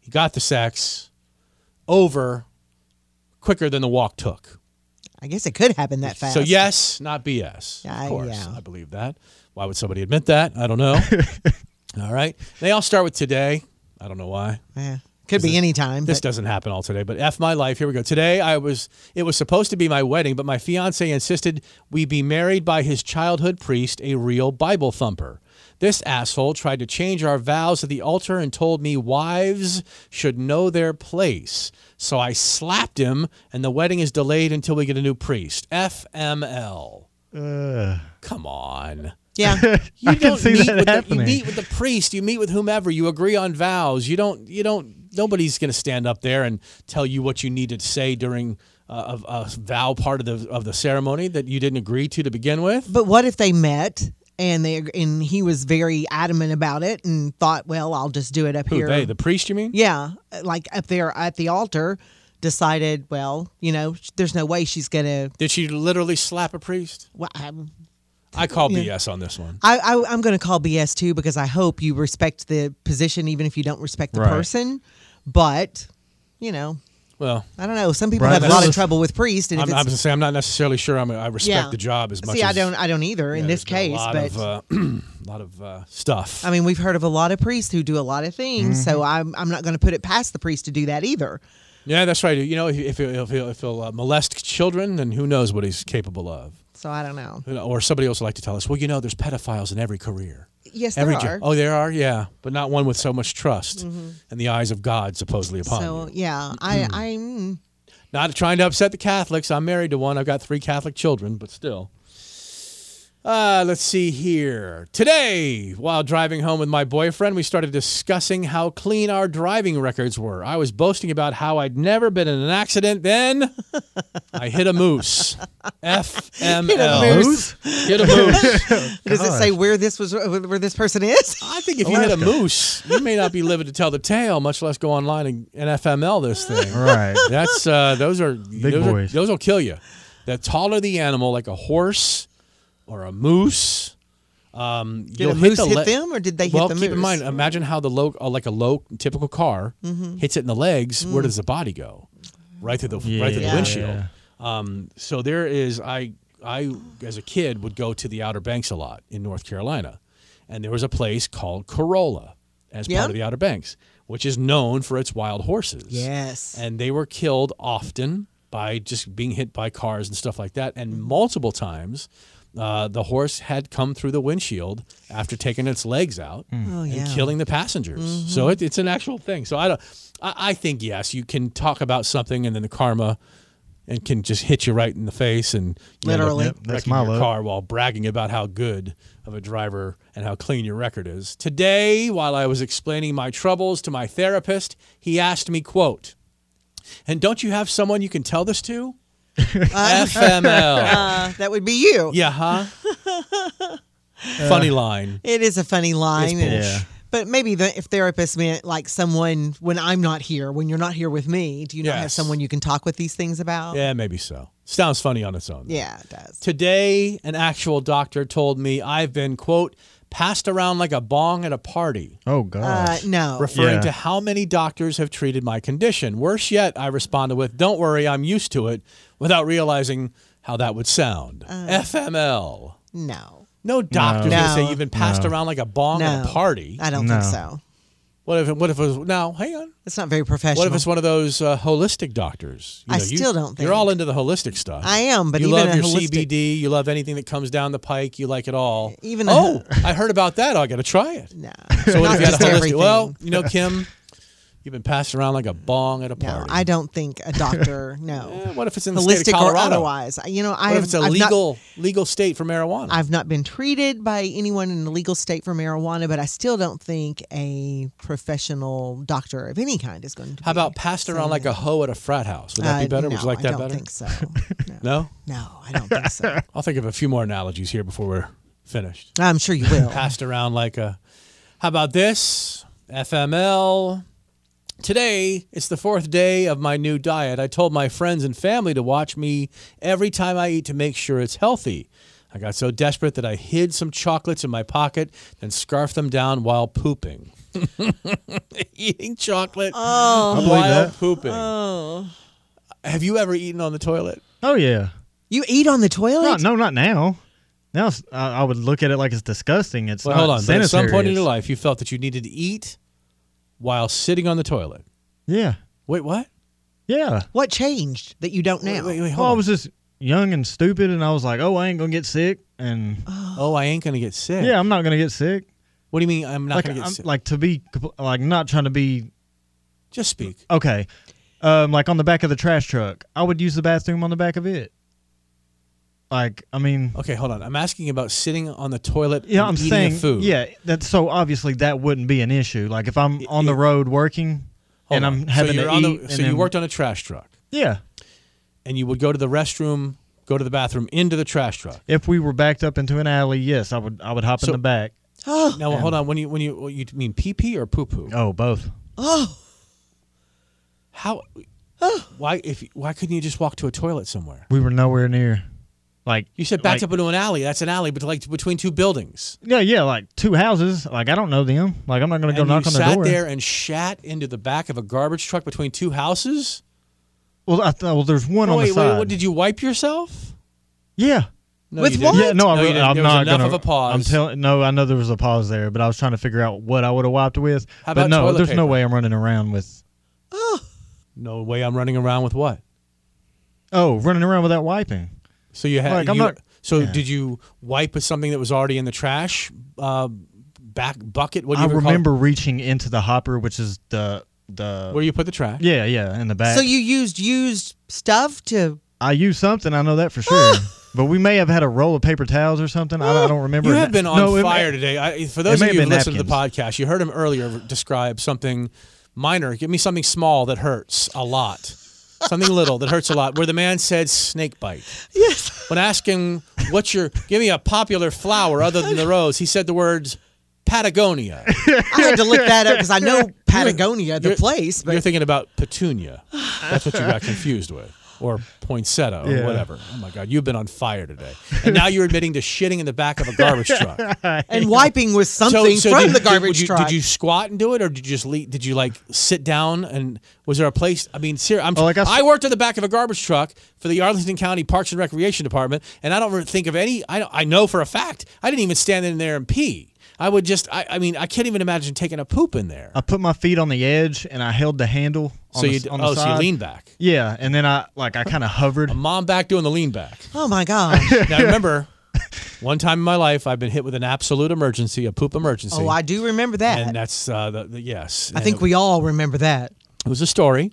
S3: He got the sex over quicker than the walk took.
S4: I guess it could happen that fast.
S3: So yes, not BS.
S4: Yeah,
S3: of course,
S4: yeah.
S3: I believe that. Why would somebody admit that? I don't know. all right. They all start with today. I don't know why.
S4: Yeah. Could be any time.
S3: This
S4: but-
S3: doesn't happen all today, but F my life. Here we go. Today I was it was supposed to be my wedding, but my fiance insisted we be married by his childhood priest, a real Bible thumper. This asshole tried to change our vows at the altar and told me wives should know their place. So I slapped him and the wedding is delayed until we get a new priest. FML. Come on.
S4: yeah.
S3: You
S5: I can see
S3: meet
S5: that
S3: with The,
S5: happening.
S3: you meet with the priest. You meet with whomever. You agree on vows. You don't. You don't. Nobody's going to stand up there and tell you what you need to say during uh, a, a vow part of the of the ceremony that you didn't agree to to begin with.
S4: But what if they met and they ag- and he was very adamant about it and thought, well, I'll just do it up
S3: Who
S4: here.
S3: they? The priest? You mean?
S4: yeah, like up there at the altar, decided, well, you know, sh- there's no way she's gonna.
S3: Did she literally slap a priest?
S4: Well, I'm,
S3: I call BS on this one.
S4: I, I I'm gonna call BS too because I hope you respect the position even if you don't respect the
S5: Right.
S4: person. But you know,
S3: Well,
S4: I don't know. Some people
S5: Right,
S4: have a lot of
S5: that's-
S4: trouble with priests, and if
S3: I'm, I'm
S4: it's
S3: just saying I'm not necessarily sure. I'm, I respect
S4: Yeah.
S3: the job as much.
S4: see, I
S3: as-
S4: don't I don't either
S3: yeah,
S4: in this
S3: there's been
S4: case,
S3: a lot
S4: but.
S3: of, uh, lot of uh, stuff.
S4: I mean, we've heard of a lot of priests who do a lot of things,
S3: Mm-hmm.
S4: so I'm, I'm not going to put it past the priest to do that either.
S3: yeah, that's right. You know, if, if, he'll- if he'll, if he'll uh, molest children, then who knows what he's capable of.
S4: So I don't know.
S3: You know, or somebody else would like to tell us, well, you know, there's pedophiles in every career.
S4: Yes,
S3: every
S4: there
S3: jo-
S4: are. Mm-hmm.
S3: Oh, there are, yeah, but not one with so much trust and the eyes of God supposedly upon
S4: so
S3: you. Mm-hmm.
S4: yeah, I I'm mm.
S3: Not trying to upset the Catholics. I'm married to one. I've got three Catholic children, but still. Uh, let's see here. Today, while driving home with my boyfriend, we started discussing how clean our driving records were. I was boasting about how I'd never been in an accident. Then I hit a moose. FML.
S4: moose.
S3: Hit a moose.
S4: does it say where this was where this person is?
S3: I think if you hit a moose, you may not be living to tell the tale, much less go online and, and FML this thing.
S5: Right.
S3: That's uh, those are those are-
S5: boys.
S3: those will kill you. The taller the animal, like a horse or a moose, um,
S4: Did
S3: you'll
S4: a moose
S3: hit, the
S4: hit,
S3: le-
S4: them, or did they
S3: well,
S4: hit the
S3: keep
S4: moose?
S3: in
S4: Mm-hmm.
S3: mind, imagine how the low, uh, like a low typical car hits it in the legs. Where does the body go? Right through the right through the
S4: Mm. Yeah.
S3: windshield. Um, so there is I I as a kid would go to the Outer Banks a lot in North Carolina, and there was a place called Corolla as
S4: Yeah.
S3: part of the Outer Banks, which is known for its wild horses.
S4: Yes.
S3: and they were killed often by just being hit by cars and stuff like that, and multiple times. Uh, the horse had come through the windshield after taking its legs out
S4: Oh,
S3: and
S4: yeah. Mm-hmm.
S3: killing the passengers. So it, it's an actual thing. So I don't. I, I think yes, you can talk about something and then the karma, and can just hit you right in the face and you end up
S4: Literally. Yep,
S5: that's
S3: wrecking
S5: my
S3: your
S5: luck.
S3: car while bragging about how good of a driver and how clean your record is. Today, while I was explaining my troubles to my therapist, he asked me, "quote And don't you have someone you can tell this to?" FML.
S4: Uh, that would be you.
S3: yeah, huh? Funny line.
S4: It is a funny line. and-
S5: bullsh.
S4: But maybe the, if therapist meant like someone when I'm not here, when you're not here with me, do you not have
S3: Yes.
S4: someone you can talk with these things about?
S3: Yeah, maybe so. Sounds funny on its own. though.
S4: Yeah, it does.
S3: Today, an actual doctor told me I've been, quote, passed around like a bong at a party,
S5: Oh
S4: Uh,
S5: gosh.
S4: no.
S3: referring
S5: Yeah.
S3: to how many doctors have treated my condition. Worse yet, I responded with, don't worry, I'm
S4: Uh.
S3: used to it, without realizing how that would sound. FML.
S4: no.
S3: No doctor's gonna say
S4: No.
S3: you've been passed around like a bong at a party.
S4: I don't think
S5: No.
S4: so.
S3: What if? What if it was? Now, hang on.
S4: It's not very professional.
S3: What if it's one of those uh, holistic doctors?
S4: I still don't think-
S3: you're all into the holistic stuff.
S4: I am, but
S3: you
S4: even
S3: love
S4: a
S3: your
S4: holistic-
S3: CBD. You love anything that comes down the pike. You like it all.
S4: Even a-
S3: oh, I heard about that. I got to try it.
S4: No.
S3: So what
S4: not
S3: if you had a
S4: just
S3: holistic?
S4: everything.
S3: Well, you know, Kim, you've been passed around like a bong at a
S4: no,
S3: party.
S4: I don't think a doctor, no.
S3: Eh, What if it's in the state
S4: Holistic
S3: of
S4: or
S3: Colorado?
S4: otherwise. I- You know, I
S3: What if it's a
S4: I've not-
S3: legal legal state for marijuana?
S4: I've not been treated by anyone in a legal state for marijuana, but I still don't think a professional doctor of any kind is going to.
S3: How
S4: be
S3: about passed around
S4: saying
S3: like a hoe at a frat house? Would that
S4: Uh,
S3: be better?
S4: No,
S3: Would you like
S4: I
S3: that
S4: don't
S3: better?
S4: think so. No.
S3: No,
S4: No, I don't think so.
S3: I'll think of a few more analogies here before we're finished.
S4: I'm sure you will.
S3: passed around like a how about this fml today it's the fourth day of my new diet i told my friends and family to watch me every time i eat to make sure it's healthy i got so desperate that i hid some chocolates in my pocket and scarfed them down while pooping eating chocolate
S5: I believe
S3: while
S5: that.
S3: pooping have you ever eaten on the toilet
S5: Oh yeah.
S4: You eat on the
S5: No,
S4: toilet?
S5: no, not now. Now it's- I, I would look at it like it's disgusting. It's
S3: well
S5: not
S3: hold on but
S5: Sanitary.
S3: at some point in
S5: It's-
S3: your life you felt that you needed to eat while sitting on the toilet
S5: Yeah,
S3: wait what
S5: yeah.
S4: What changed that you don't now?
S3: Wait, wait, wait, hold
S5: Well, I
S3: on.
S5: was just young and stupid, and I was like, "Oh, I ain't gonna get sick," and
S3: Oh, I ain't gonna get sick.
S5: yeah, I'm not gonna get sick.
S3: What do you mean? I'm not
S5: like,
S3: gonna get
S5: I'm-
S3: sick.
S5: like to be compl- like not trying to be
S3: just speak.
S5: okay. Um, like on the back of the trash truck, I would use the bathroom on the back of it. Like, I mean,
S3: Okay, hold on. I'm asking about sitting on the toilet.
S5: yeah,
S3: and
S5: I'm
S3: eating the
S5: saying,
S3: food.
S5: yeah, that's so obviously that wouldn't be an issue. Like if I'm on the road working
S3: Hold
S5: and
S3: on.
S5: I'm having
S3: so
S5: to
S3: you're on
S5: eat,
S3: the-
S5: and
S3: so you
S5: then-
S3: worked on a trash truck,
S5: yeah.
S3: and you would go to the restroom, go to the bathroom, into the trash truck.
S5: If we were backed up into an alley, yes, I would I would hop
S3: So-
S5: in the back.
S3: Now, hold on. When you when you what you mean pee pee or poo poo?
S5: Oh, both.
S3: How? Why if why couldn't you just walk to a toilet somewhere?
S5: We were nowhere near. Like
S3: You said backed
S5: like-
S3: up into an alley. That's an alley, but like between two buildings.
S5: Yeah, yeah, like two houses. Like I don't know them. Like I'm not gonna go
S3: and
S5: knock
S3: you
S5: on
S3: sat
S5: their door.
S3: there and shat into the back of a garbage truck between two houses.
S5: Well, I thought well, there's one
S3: Oh,
S5: on
S3: wait,
S5: the
S3: wait,
S5: side.
S3: what did you wipe yourself?
S5: yeah.
S3: No,
S4: With
S3: you didn't.
S4: what?
S5: Yeah, no,
S3: No,
S5: I
S3: you
S5: really,
S3: didn't.
S5: I'm
S3: There was
S5: not
S3: enough
S5: gonna,
S3: of a pause.
S5: I'm telling. No, I know there was a pause there, but I was trying to figure out what I would have wiped with.
S3: How
S5: but
S3: about
S5: no,
S3: toilet
S5: there's no
S3: paper?
S5: way I'm running around with.
S3: No way I'm running around with what?
S5: Oh, running around without wiping.
S3: So you had
S5: Like, I'm
S3: you-
S5: not-
S3: so did you wipe with something that was already in the trash uh, back bucket? What do
S5: I
S3: you ever call it?
S5: remember reaching into the hopper, which is the the.
S3: where you put the trash.
S5: yeah, yeah, in the back.
S4: So you used used stuff to.
S5: I used something. I know that for sure. but we may have had a roll of paper towels or something. I, I don't remember.
S3: You have been on
S5: No, it-
S3: fire today. I, for those
S5: may
S3: of
S5: have
S3: you who
S5: been
S3: listened to the
S5: napkins.
S3: podcast, you heard him earlier describe something minor. Give me something small that hurts a lot. Something little that hurts a lot. Where the man said snake bite.
S4: Yes.
S3: When asking what's your give me a popular flower other than the rose, he said the words Patagonia.
S4: I had to look that up because I know Patagonia, the
S3: you're-
S4: place,
S3: You're
S4: but
S3: thinking about petunia. That's what you got confused with. Or poinsettia or
S5: Yeah.
S3: whatever. Oh my God, you've been on fire today. And now you're admitting to shitting in the back of a garbage truck.
S4: and wiping was
S3: So-
S4: something
S3: so
S4: from
S3: did-
S4: the
S3: did-
S4: garbage
S3: would you,
S4: truck.
S3: Did you squat and do it or did you just le Did you like sit down and was there a place? I mean, ser- I'm,
S5: Oh, like I
S3: I,
S5: s-
S3: worked at the back of a garbage truck for the Arlington County Parks and Recreation Department and I don't really think of any, I, don't- I know for a fact, I didn't even stand in there and pee. I would just, I, I mean, I can't even imagine taking a poop in there.
S5: I put my feet on the edge and I held the handle. On
S3: so
S5: the,
S3: you,
S5: s- on the
S3: oh, so you
S5: side.
S3: lean back.
S5: Yeah, and then I like I kind of hovered.
S3: Mom back doing the lean back.
S4: oh my god!
S3: Now remember, one time in my life, I've been hit with an absolute emergency, a poop emergency.
S4: Oh, I do remember
S3: and
S4: that.
S3: that's uh, the, the yes.
S4: I think we all remember that.
S3: it was a story.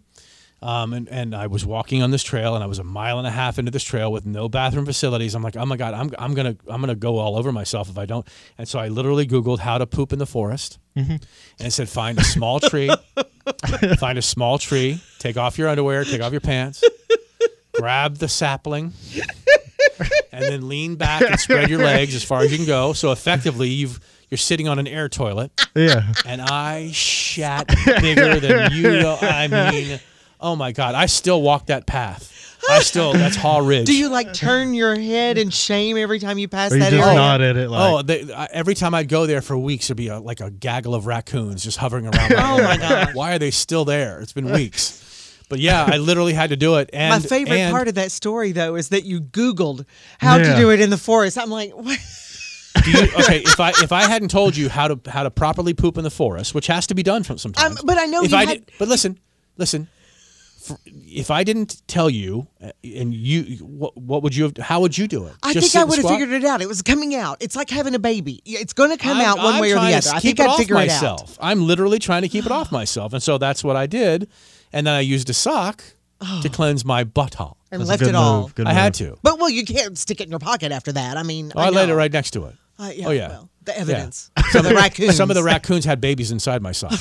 S3: Um, and, and I was walking on this trail, and I was a mile and a half into this trail with no bathroom facilities. I'm like, oh my god, I'm, I'm gonna I'm gonna go all over myself if I don't. And so I literally Googled how to poop in the forest, and it said find a small tree, find a small tree, take off your underwear, take off your pants, grab the sapling, and then lean back and spread your legs as far as you can go. So effectively, you've you're sitting on an air toilet
S5: Yeah.
S3: and I shat bigger than you. know. I mean, oh my god, I still walk that path. I still that's Hall Ridge.
S4: Do you like turn your head in shame every time you pass
S5: Or you
S4: that
S5: just
S4: area?
S5: nod at it like
S3: Oh, they, I, every time I'd go there for weeks, there'd be a, like a gaggle of raccoons just hovering around.
S4: Oh, my
S3: god! Why are they still there? It's been weeks. But yeah, I literally had to do it. And
S4: My favorite
S3: and
S4: part of that story, though, is that you Googled how
S5: Yeah.
S4: to do it in the forest. I'm like, what?
S3: Do you, okay, if I if I hadn't told you how to how to properly poop in the forest, which has to be done from sometimes.
S4: Um, but I know
S3: if
S4: you
S3: I
S4: had-
S3: did- but listen, listen. For, if I didn't tell you, uh, and you, what, what would you have? How would you do it?
S4: I
S3: Just
S4: think
S3: sit
S4: I
S3: and
S4: would have
S3: squat?
S4: figured it out. It was coming out. It's like having a baby. Yeah, It's going to come
S3: I'm-
S4: out one
S3: I'm
S4: way or the
S3: trying to
S4: other. I
S3: keep
S4: think
S3: it
S4: I'd
S3: off
S4: figure it out.
S3: myself. I'm literally trying to keep it off myself, and so that's what I did. And then I used a sock
S4: Oh.
S3: to cleanse my butthole.
S4: And
S5: That's a
S4: left
S5: good
S4: it all.
S5: move, good
S3: I
S5: move.
S3: had to.
S4: But well, you can't stick it in your pocket after that. I mean,
S3: Oh, I, laid it
S4: know.
S3: right next to it.
S4: Uh,
S3: oh yeah.
S4: well, the evidence. Some of the raccoons.
S3: Some of the raccoons had babies inside my sock.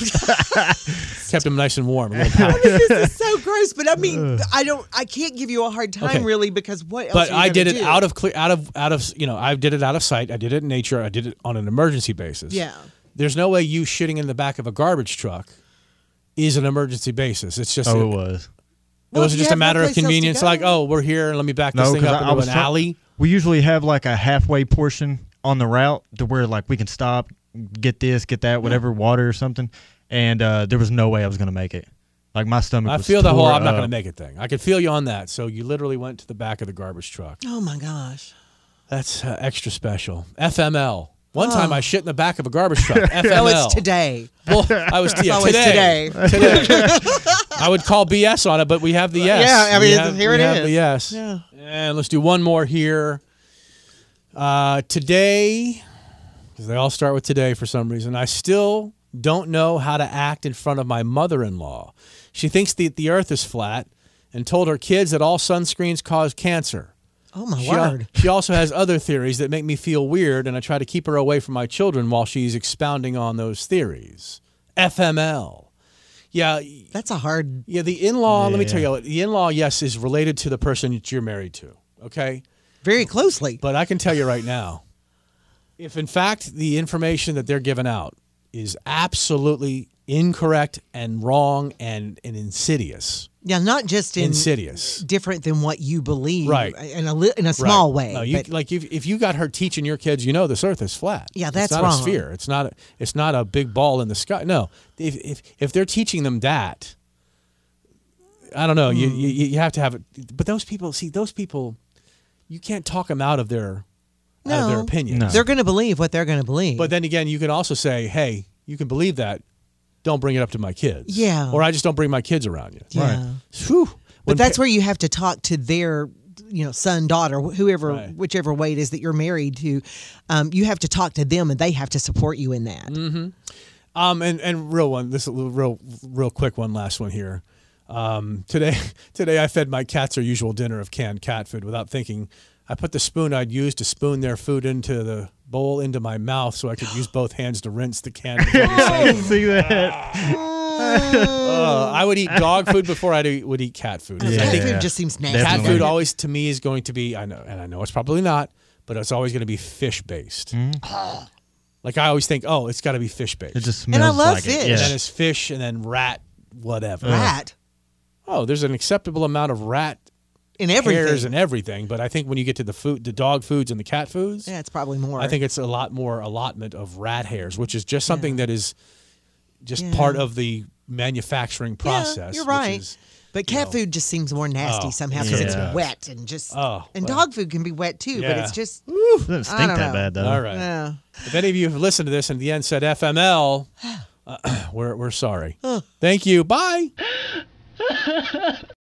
S3: Kept them nice and warm. A little pouch.
S4: this is so gross, but I mean, I don't. I can't give you a hard time
S3: Okay.
S4: really because what? Else
S3: but
S4: are you
S3: I did
S4: gonna
S3: it
S4: do?
S3: out of clear, out of out of you know I did it out of sight. I did it in nature. I did it on an emergency basis.
S4: Yeah.
S3: There's no way you shitting in the back of a garbage truck is an emergency basis. It's just
S5: Oh,
S3: it,
S5: it was.
S4: Well,
S3: was
S4: if you
S3: just a
S4: have no
S3: matter of
S4: place else to
S3: convenience.
S4: go.
S3: Like oh we're here. Let me back this thing up into an
S5: try-
S3: alley.
S5: We usually have like a halfway portion on the route to where like we can stop, get this, get
S3: Hmm.
S5: that, whatever, water or something. And uh, there was no way I was gonna make it. Like my stomach.
S3: I
S5: was
S3: feel the whole
S5: tore
S3: I'm not going
S5: up.
S3: to make it thing. I could feel you on that. So you literally went to the back of the garbage truck.
S4: Oh my gosh.
S3: That's uh, extra special. FML. One time I shit in the back of a garbage truck. FML.
S4: Oh, it's today. Oh,
S3: Well, I was yeah,
S4: always
S3: today. Today. I would call BS on it, but we have the yes.
S4: Uh, Yeah, I
S3: We
S4: mean,
S3: have-
S4: here
S3: we
S4: it
S3: have
S4: is.
S3: The yes.
S4: Yeah.
S3: And let's do one more here. Uh, today, because they all start with today for some reason. I still don't know how to act in front of my mother-in-law. She thinks that the Earth is flat, and told her kids that all sunscreens cause cancer.
S4: Oh my
S3: She, al-
S4: word.
S3: she also has other theories that make me feel weird, and I try to keep her away from my children while she's expounding on those theories. FML. Yeah, y-
S4: That's a hard.
S3: yeah. The in-law. Let me tell you, the in-law, yes, is related to the person that you're married to. Okay,
S4: Very closely.
S3: but I can tell you right now, if in fact the information that they're giving out is absolutely incorrect and wrong and, and insidious,
S4: Yeah, not just in
S3: insidious.
S4: different than what you believe.
S3: Right.
S4: In a li- in a small
S3: Right.
S4: way.
S3: No, you,
S4: but-
S3: like if, if you got her teaching your kids, you know this Earth is flat.
S4: Yeah,
S3: it's
S4: that's
S3: not
S4: wrong.
S3: a sphere. It's not. A, it's not a big ball in the sky. No, if if if they're teaching them that, I don't know.
S4: Hmm.
S3: You, you you have to have it. But those people, see, those people, you can't talk them out of their out of their
S4: No.
S3: opinions.
S5: No.
S4: they're going to believe what they're going to believe.
S3: But then again, you can also say, hey, you can believe that. Don't bring it up to my kids.
S4: Yeah.
S3: Or I just don't bring my kids around you.
S4: yeah.
S3: Whew.
S4: But
S3: When
S4: that's
S3: pa-
S4: where you have to talk to their, you know, son, daughter, wh- whoever,
S3: Right.
S4: whichever way it is that you're married to. Um, you have to talk to them, and they have to support you in that.
S3: Mm. Um, and, and real one, this is a little- real real quick one, last one here. Um, today today I fed my cats their usual dinner of canned cat food without thinking. I put the spoon I'd used to spoon their food into the bowl into my mouth so I could use both hands to rinse the can. before we served it.
S5: See that?
S3: Uh, I would eat dog food before I do- would eat cat food.
S4: Cat
S5: Yeah.
S4: food just seems nasty.
S3: Cat
S5: Definitely.
S3: food always to me is going to be I know and I know it's probably not, but it's always going to be fish based. Like I always think, oh, it's got to be fish based.
S5: It Mm. just smells
S4: And I love
S5: like
S4: fish.
S5: it. Yeah.
S3: and then it's fish and then rat whatever.
S5: uh,
S4: rat
S3: Oh, there's an acceptable amount of rat
S4: in everything.
S3: hairs and everything, but I think when you get to the food, the dog foods and the cat foods,
S4: yeah, it's probably more.
S3: I think it's a lot more allotment of rat hairs, which is just something that is just part of the manufacturing process.
S4: Yeah, you're
S3: which
S4: right.
S3: is-
S4: but cat
S3: know.
S4: food just seems more nasty
S3: Oh,
S4: somehow because
S5: yeah.
S4: it's wet and just.
S3: Oh,
S4: and
S3: well.
S4: dog food can be wet too, but
S3: Yeah.
S4: it's just. uh,
S5: It doesn't
S4: I
S5: stink
S4: don't
S5: that
S4: know.
S5: bad though.
S3: all right.
S4: Yeah.
S3: If any of you have listened to this and at the end said FML, uh, we're, we're sorry. Thank you. Bye.